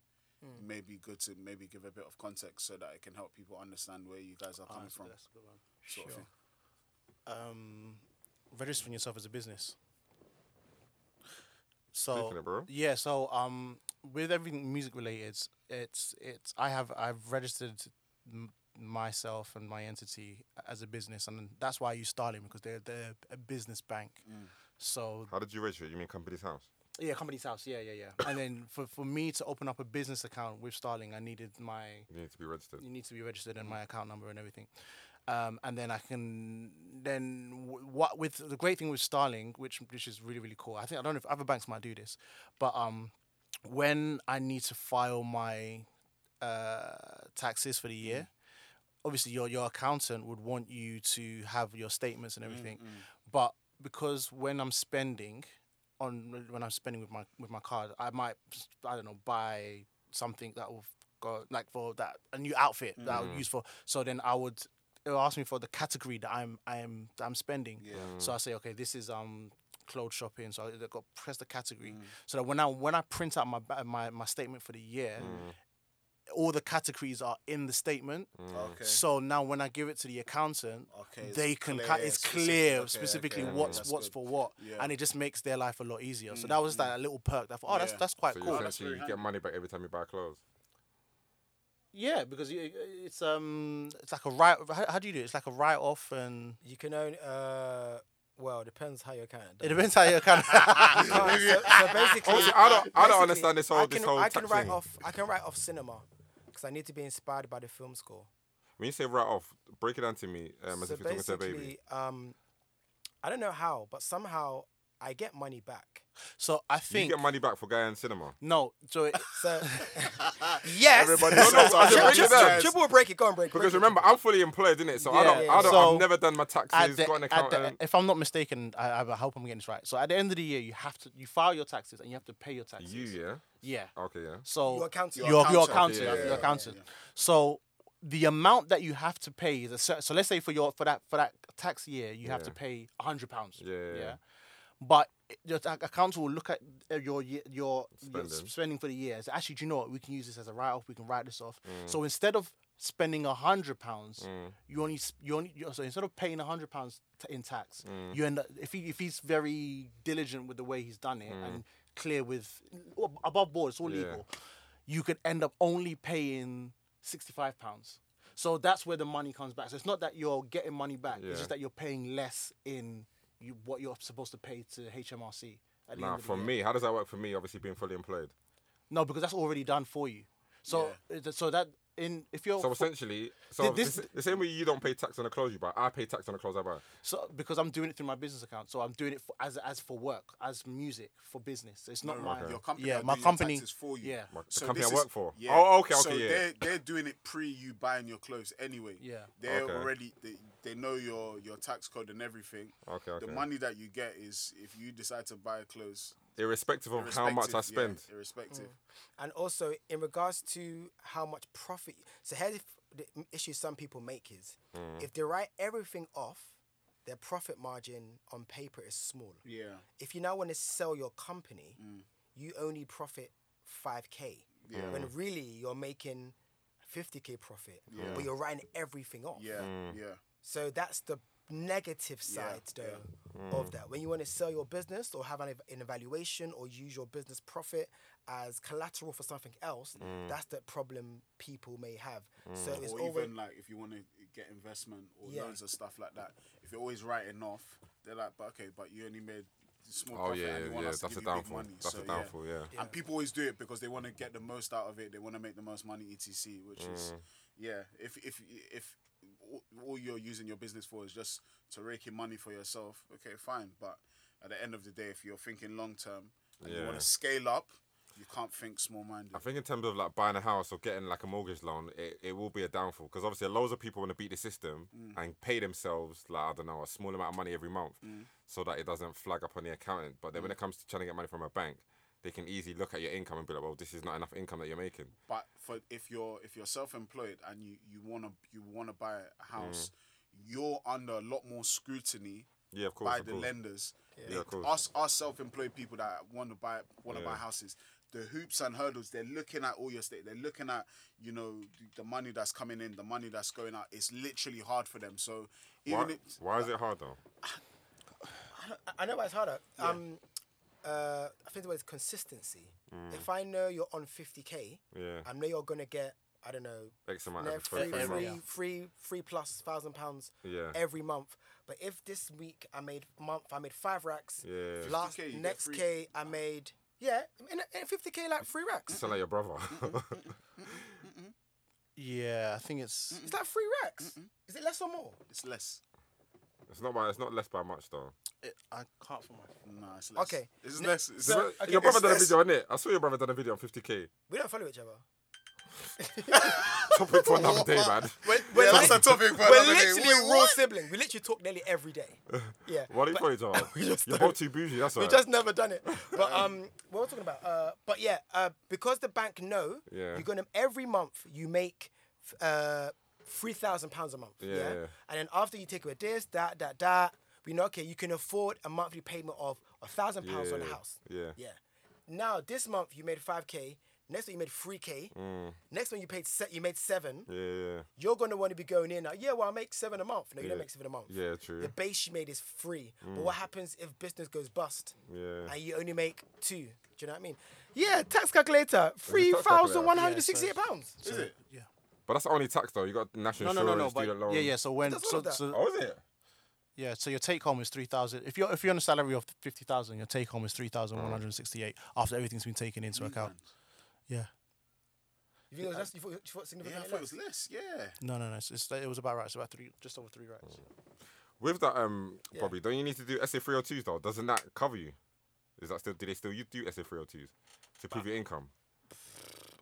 Hmm. it may be good to maybe give a bit of context so that it can help people understand where you guys are coming from. That's a good one. Sort of thing. Um, registering yourself as a business. So Speaking of bro. yeah, so um, with everything music related, it's it's I have I've registered m- myself and my entity as a business, and that's why I use Starling because they're they're a business bank. Mm. So How did you register? You mean company's house? yeah, company's house, yeah, yeah, yeah. and then for for me to open up a business account with Starling, I needed my You need to be registered. you need to be registered and my account number and everything. Um, and then I can then w- what with the great thing with Starlink, which which is really really cool. I think I don't know if other banks might do this, but um, when I need to file my uh, taxes for the year, obviously your your accountant would want you to have your statements and everything, but because when I'm spending on when I'm spending with my with my card, I might just, I don't know buy something that will go like for that a new outfit that I'll use for. So then I would it'll ask me for the category that I'm I'm that I'm spending. So I say okay, this is um clothes shopping. So I got press the category so that when I when I print out my ba- my my statement for the year. All the categories are in the statement, Mm, Mm. Okay. so now when I give it to the accountant, Okay, it's they can clear, ca- it's specific- clear okay, specifically okay, what's that's what's good. for what, Yeah. Mm, and it just makes their life a lot easier. So that was just like a little perk. That I thought, oh, that's Yeah. that's quite So cool. you're that's essentially very you get money back every time you buy clothes. Yeah, because you, it's um it's like a write. How, how do you do? it? It's like a write off, and You can only, uh, well, depends how you're counting. it doesn't depends how you kind of. No, so, so basically, Honestly, I don't- I don't basically, understand this whole- I this can, whole I can tax write thing. off. I can write off cinema because I need to be inspired by the film score. When you say right off, break it down to me um, as so if you're talking to a baby. basically, um, I don't know how, but somehow I get money back. so I You think get money back for guy in cinema. no. So it, So yes, Everybody No, no, says I that. said Tri- break it tri- down. triple will break it. Go and break. Because break remember, I'm fully employed, innit? So I Yeah, don't, yeah, I don't so I've never done my at taxes, the, got an at the- accountant. if I'm not mistaken, I, I hope I'm getting this right. So at the end of the year, you have to you file your taxes and you have to pay your taxes. You, yeah? Yeah. Okay, yeah. So Your accountant. Your Your your accountant. accountant. Yeah, your yeah, accountant. So the amount that you have to pay is a cer so let's say for your for that for that tax year you have to pay hundred pounds. Yeah, yeah, yeah. But your ta- accountant will look at uh, your ye- your your Spending. s- spending for the year. and say, Actually, do you know what? We can use this as a write off. We can write this off. Mm. So instead of spending a hundred pounds, you only s- you only you- so instead of paying a hundred pounds t- in tax, Mm. you end up if he if he's very diligent with the way he's done it Mm. and clear with above board, it's all legal. You could end up only paying sixty five pounds. So that's where the money comes back. So it's not that you're getting money back; Yeah. it's just that you're paying less in you, what you're supposed to pay to HMRC. At the Nah, end of the for year. me, how does that work for me, obviously being fully employed? No, because that's already done for you. So uh, so that in if you're So Oh, fu- essentially, so Th- this- the s- the same way you don't pay tax on the clothes you buy, I pay tax on the clothes I buy. so because I'm doing it through my business account, so I'm doing it for, as as for work, as music for business. It's Oh, not my Your company Yeah, are my doing your company. taxes for you. Yeah. My- the company this I work for. Oh, okay, So okay, yeah. they're they're doing it pre you buying your clothes anyway. Yeah. They're Okay. already they, they know your your tax code and everything. Okay, The okay. money that you get is if you decide to buy clothes. Irrespective of how much I irrespective- yeah, spend. Mm. irrespective. and also in regards to how much profit. So here's if the m- issue some people make is Hmm. if they write everything off, their profit margin on paper is small. Yeah. If you now want to sell your company, Mm. you only profit five k. When really you're making fifty k profit, but you're writing everything off. Yeah. Mm. Yeah. So that's the negative side, though, of that. When you want to sell your business or have an, ev- an evaluation or use your business profit as collateral for something else, that's the problem people may have. So it's Mm. or always even like if you want to get investment or Yeah. loans and stuff like that, if you're always writing off, they're like, but okay, but you only made small Oh, profit yeah, and you yeah, want yeah, us to that's give a you big downfall. money. That's so, a downfall, yeah. And people always do it because they want to get the most out of it. They want to make the most money, etc. Which is, Mm. yeah, if if if all- all you're using your business for is just to rake in money for yourself, okay, fine. But at the end of the day, if you're thinking long term and you want Yeah. to scale up, you can't think small minded. I think in terms of like buying a house or getting like a mortgage loan, it, it will be a downfall because obviously loads of people want to beat the system Mm. and pay themselves like I don't know a small amount of money every month Mm. so that it doesn't flag up on the accountant. But then when it comes to trying to get money from a bank, they can easily look at your income and be like, well, this is not enough income that you're making. But for if you're if you're self-employed and you you wanna you wanna buy a house, you're under a lot more scrutiny Mm. Yeah, of course. by of the course. lenders. They- Yeah, of course. us us self-employed people that want to buy want to Yeah. buy houses. The hoops and hurdles. They're looking at all your state. They're looking at you know th- the money that's coming in, the money that's going out. It's literally hard for them. So even Why, if why is it hard though? I- I know why it's harder. Um, uh, I think the word is consistency. If I know you're on 50k, Mm. Yeah. I know you're gonna get I don't know X amount no, every three, three, three three, months. three, three plus thousand pounds Yeah. every month. But if this week I made month I made five racks, Yeah. last 50K, you get next three. k I made yeah in, in 50k like three racks. Sound like your brother. Yeah, I think it's. Is that three racks? Is it less or more? It's less. it's not by, it's not less by much though. Eh, It, I can't for my. Nah, it's less. Okay. It's Ne- less. It's so- less. okay, your brother it's done a less. video on it. I saw your brother done a video on 50k. We don't follow each other. Topic for another day, man. yeah, that's a topic for We're another day. literally Wait, raw sibling. We literally talk nearly every day. Yeah. What are you but- for each other? We just You're don't- both too bougie. That's We all. just never done it. But um, what we're talking about. Uh, but yeah, uh, because the bank know Yeah. you're gonna every month you make f- uh three thousand pounds a month. Yeah. Yeah. And then after you take away this, that, that, that, we know okay, you can afford a monthly payment of a thousand pounds on the Yeah, house. yeah. Yeah. Now this month you made five k. Next month you made three k. Mm. Next month you paid se- you made seven. Yeah, yeah, You're gonna want to be going in. Like, yeah, well I make seven a month. No, you don't make seven a month. yeah, true. Mm. The base you made is free. But what happens if business goes bust? Yeah. And you only make two. Do you know what I mean? Yeah, tax calculator, three It's a tax calculator. thousand one hundred and sixty-eight pounds. Is it? Yeah. But that's the only tax though. You got No, national no, no, no. insurance, But student loan. yeah, yeah. So when does all so, of that. so Oh, is it? yeah, so your take home is three thousand. If you're if you're on a salary of fifty thousand, your take home is three thousand one hundred sixty-eight after everything's been taken into account. Yeah. You think it was less? You thought, you thought Yeah, I significantly thought it less? was less. Yeah. No, no, no. It's, it's, it was about right. It's about three, just over three rights. With that, um, Bobby, don't you need to do SA 302s though? Doesn't that cover you? Is that still? Do they still you do SA 302s to prove your income?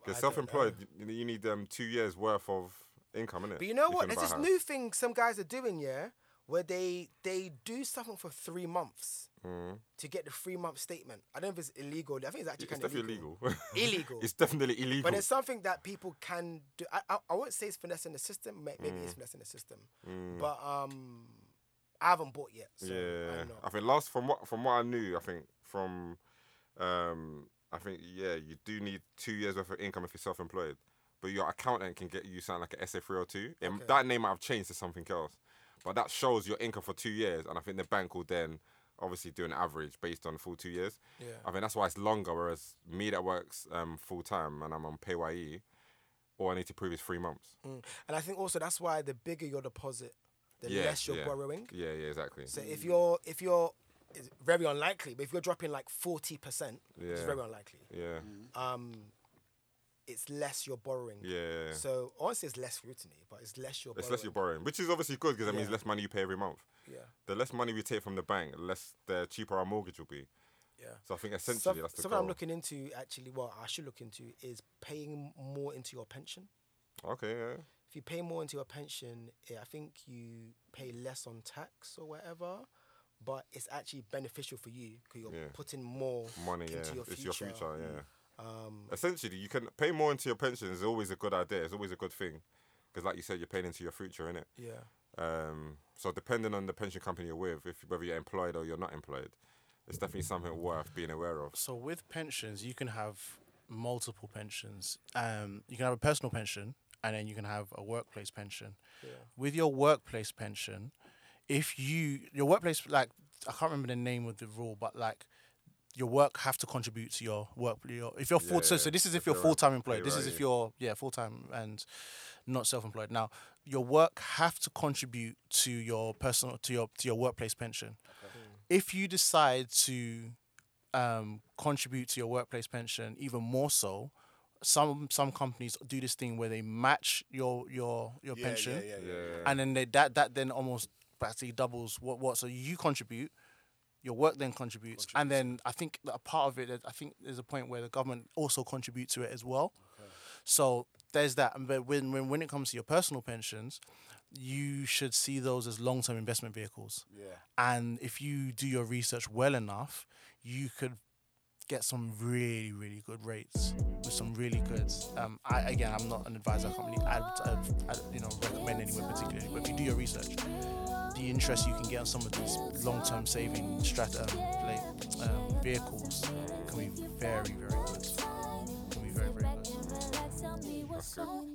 Because self-employed, you, you need um two years worth of income, innit? But you know what? It's There's this new thing some guys are doing, yeah, where they they do something for three months to get the three-month statement. I don't know if it's illegal. I think it's actually Mm. It's kind of definitely illegal. illegal. Illegal. it's definitely illegal. But it's something that people can do. I, I, I won't say it's finessing the system. may- Maybe Mm. it's finessing the system. But um, I haven't bought yet. So I yeah, don't know. I think last from what from what I knew, I think from, um, I think yeah, you do need two years worth of income if you're self-employed, but your accountant can get you sound like an SA 302. And that name might have changed to something else, but that shows your income for two years, and I think the bank will then obviously do an average based on full two years. Yeah. I think that's why it's longer. Whereas me that works um full time and I'm on PYE, E, all I need to prove is three months. Mm. And I think also that's why the bigger your deposit, the Yeah, less you're yeah. borrowing. Yeah, yeah, exactly. So if you're if you're it's very unlikely, but if you're dropping like forty percent, it's Yeah. very unlikely. yeah, Um, it's less you're borrowing. yeah. So honestly, it's less scrutiny, but it's less you're It's borrowing. less you're borrowing, which is obviously good because that means Yeah. less money you pay every month. Yeah, The less money we take from the bank, the less the cheaper our mortgage will be. yeah. So I think essentially Some- that's the something I'm goal. looking into actually. Well, I should look into is paying more into your pension. Okay, yeah. if you pay more into your pension, eh, I think you pay less on tax or whatever, but it's actually beneficial for you because you're Yeah. putting more Money, into yeah. your, it's future. your future, yeah. Um, Essentially, you can pay more into your pension is always a good idea. It's always a good thing because, like you said, you're paying into your future, innit? yeah, Um, so depending on the pension company you're with, if whether you're employed or you're not employed, it's definitely something worth being aware of. So with pensions, you can have multiple pensions. Um, you can have a personal pension, and then you can have a workplace pension. With your workplace pension, if you your workplace like I can't remember the name of the rule, but like your work have to contribute to your work. Your, if you're full, so, Yeah, so this is if if, you're you're full time employed. paid This is right, if yeah. you're yeah full time and not self employed. Now your work have to contribute to your personal to your to your workplace pension. If you decide to um, contribute to your workplace pension even more so. Some some companies do this thing where they match your your your Yeah, pension, yeah, yeah, yeah. Yeah. and then they, that that then almost practically doubles what what so you contribute your work then contributes, and then i think that a part of it that i think there's a point where the government also contributes to it as well so there's that And but when, when when it comes to your personal pensions you should see those as long-term investment vehicles Yeah. and if you do your research well enough you could get some really really good rates with some really good um i again i'm not an advisor i can't really ad, ad, ad, you know recommend anyone particularly but if you do your research the interest you can get on some of these long-term saving strata like, um, vehicles can be very very good can be very very good That's good.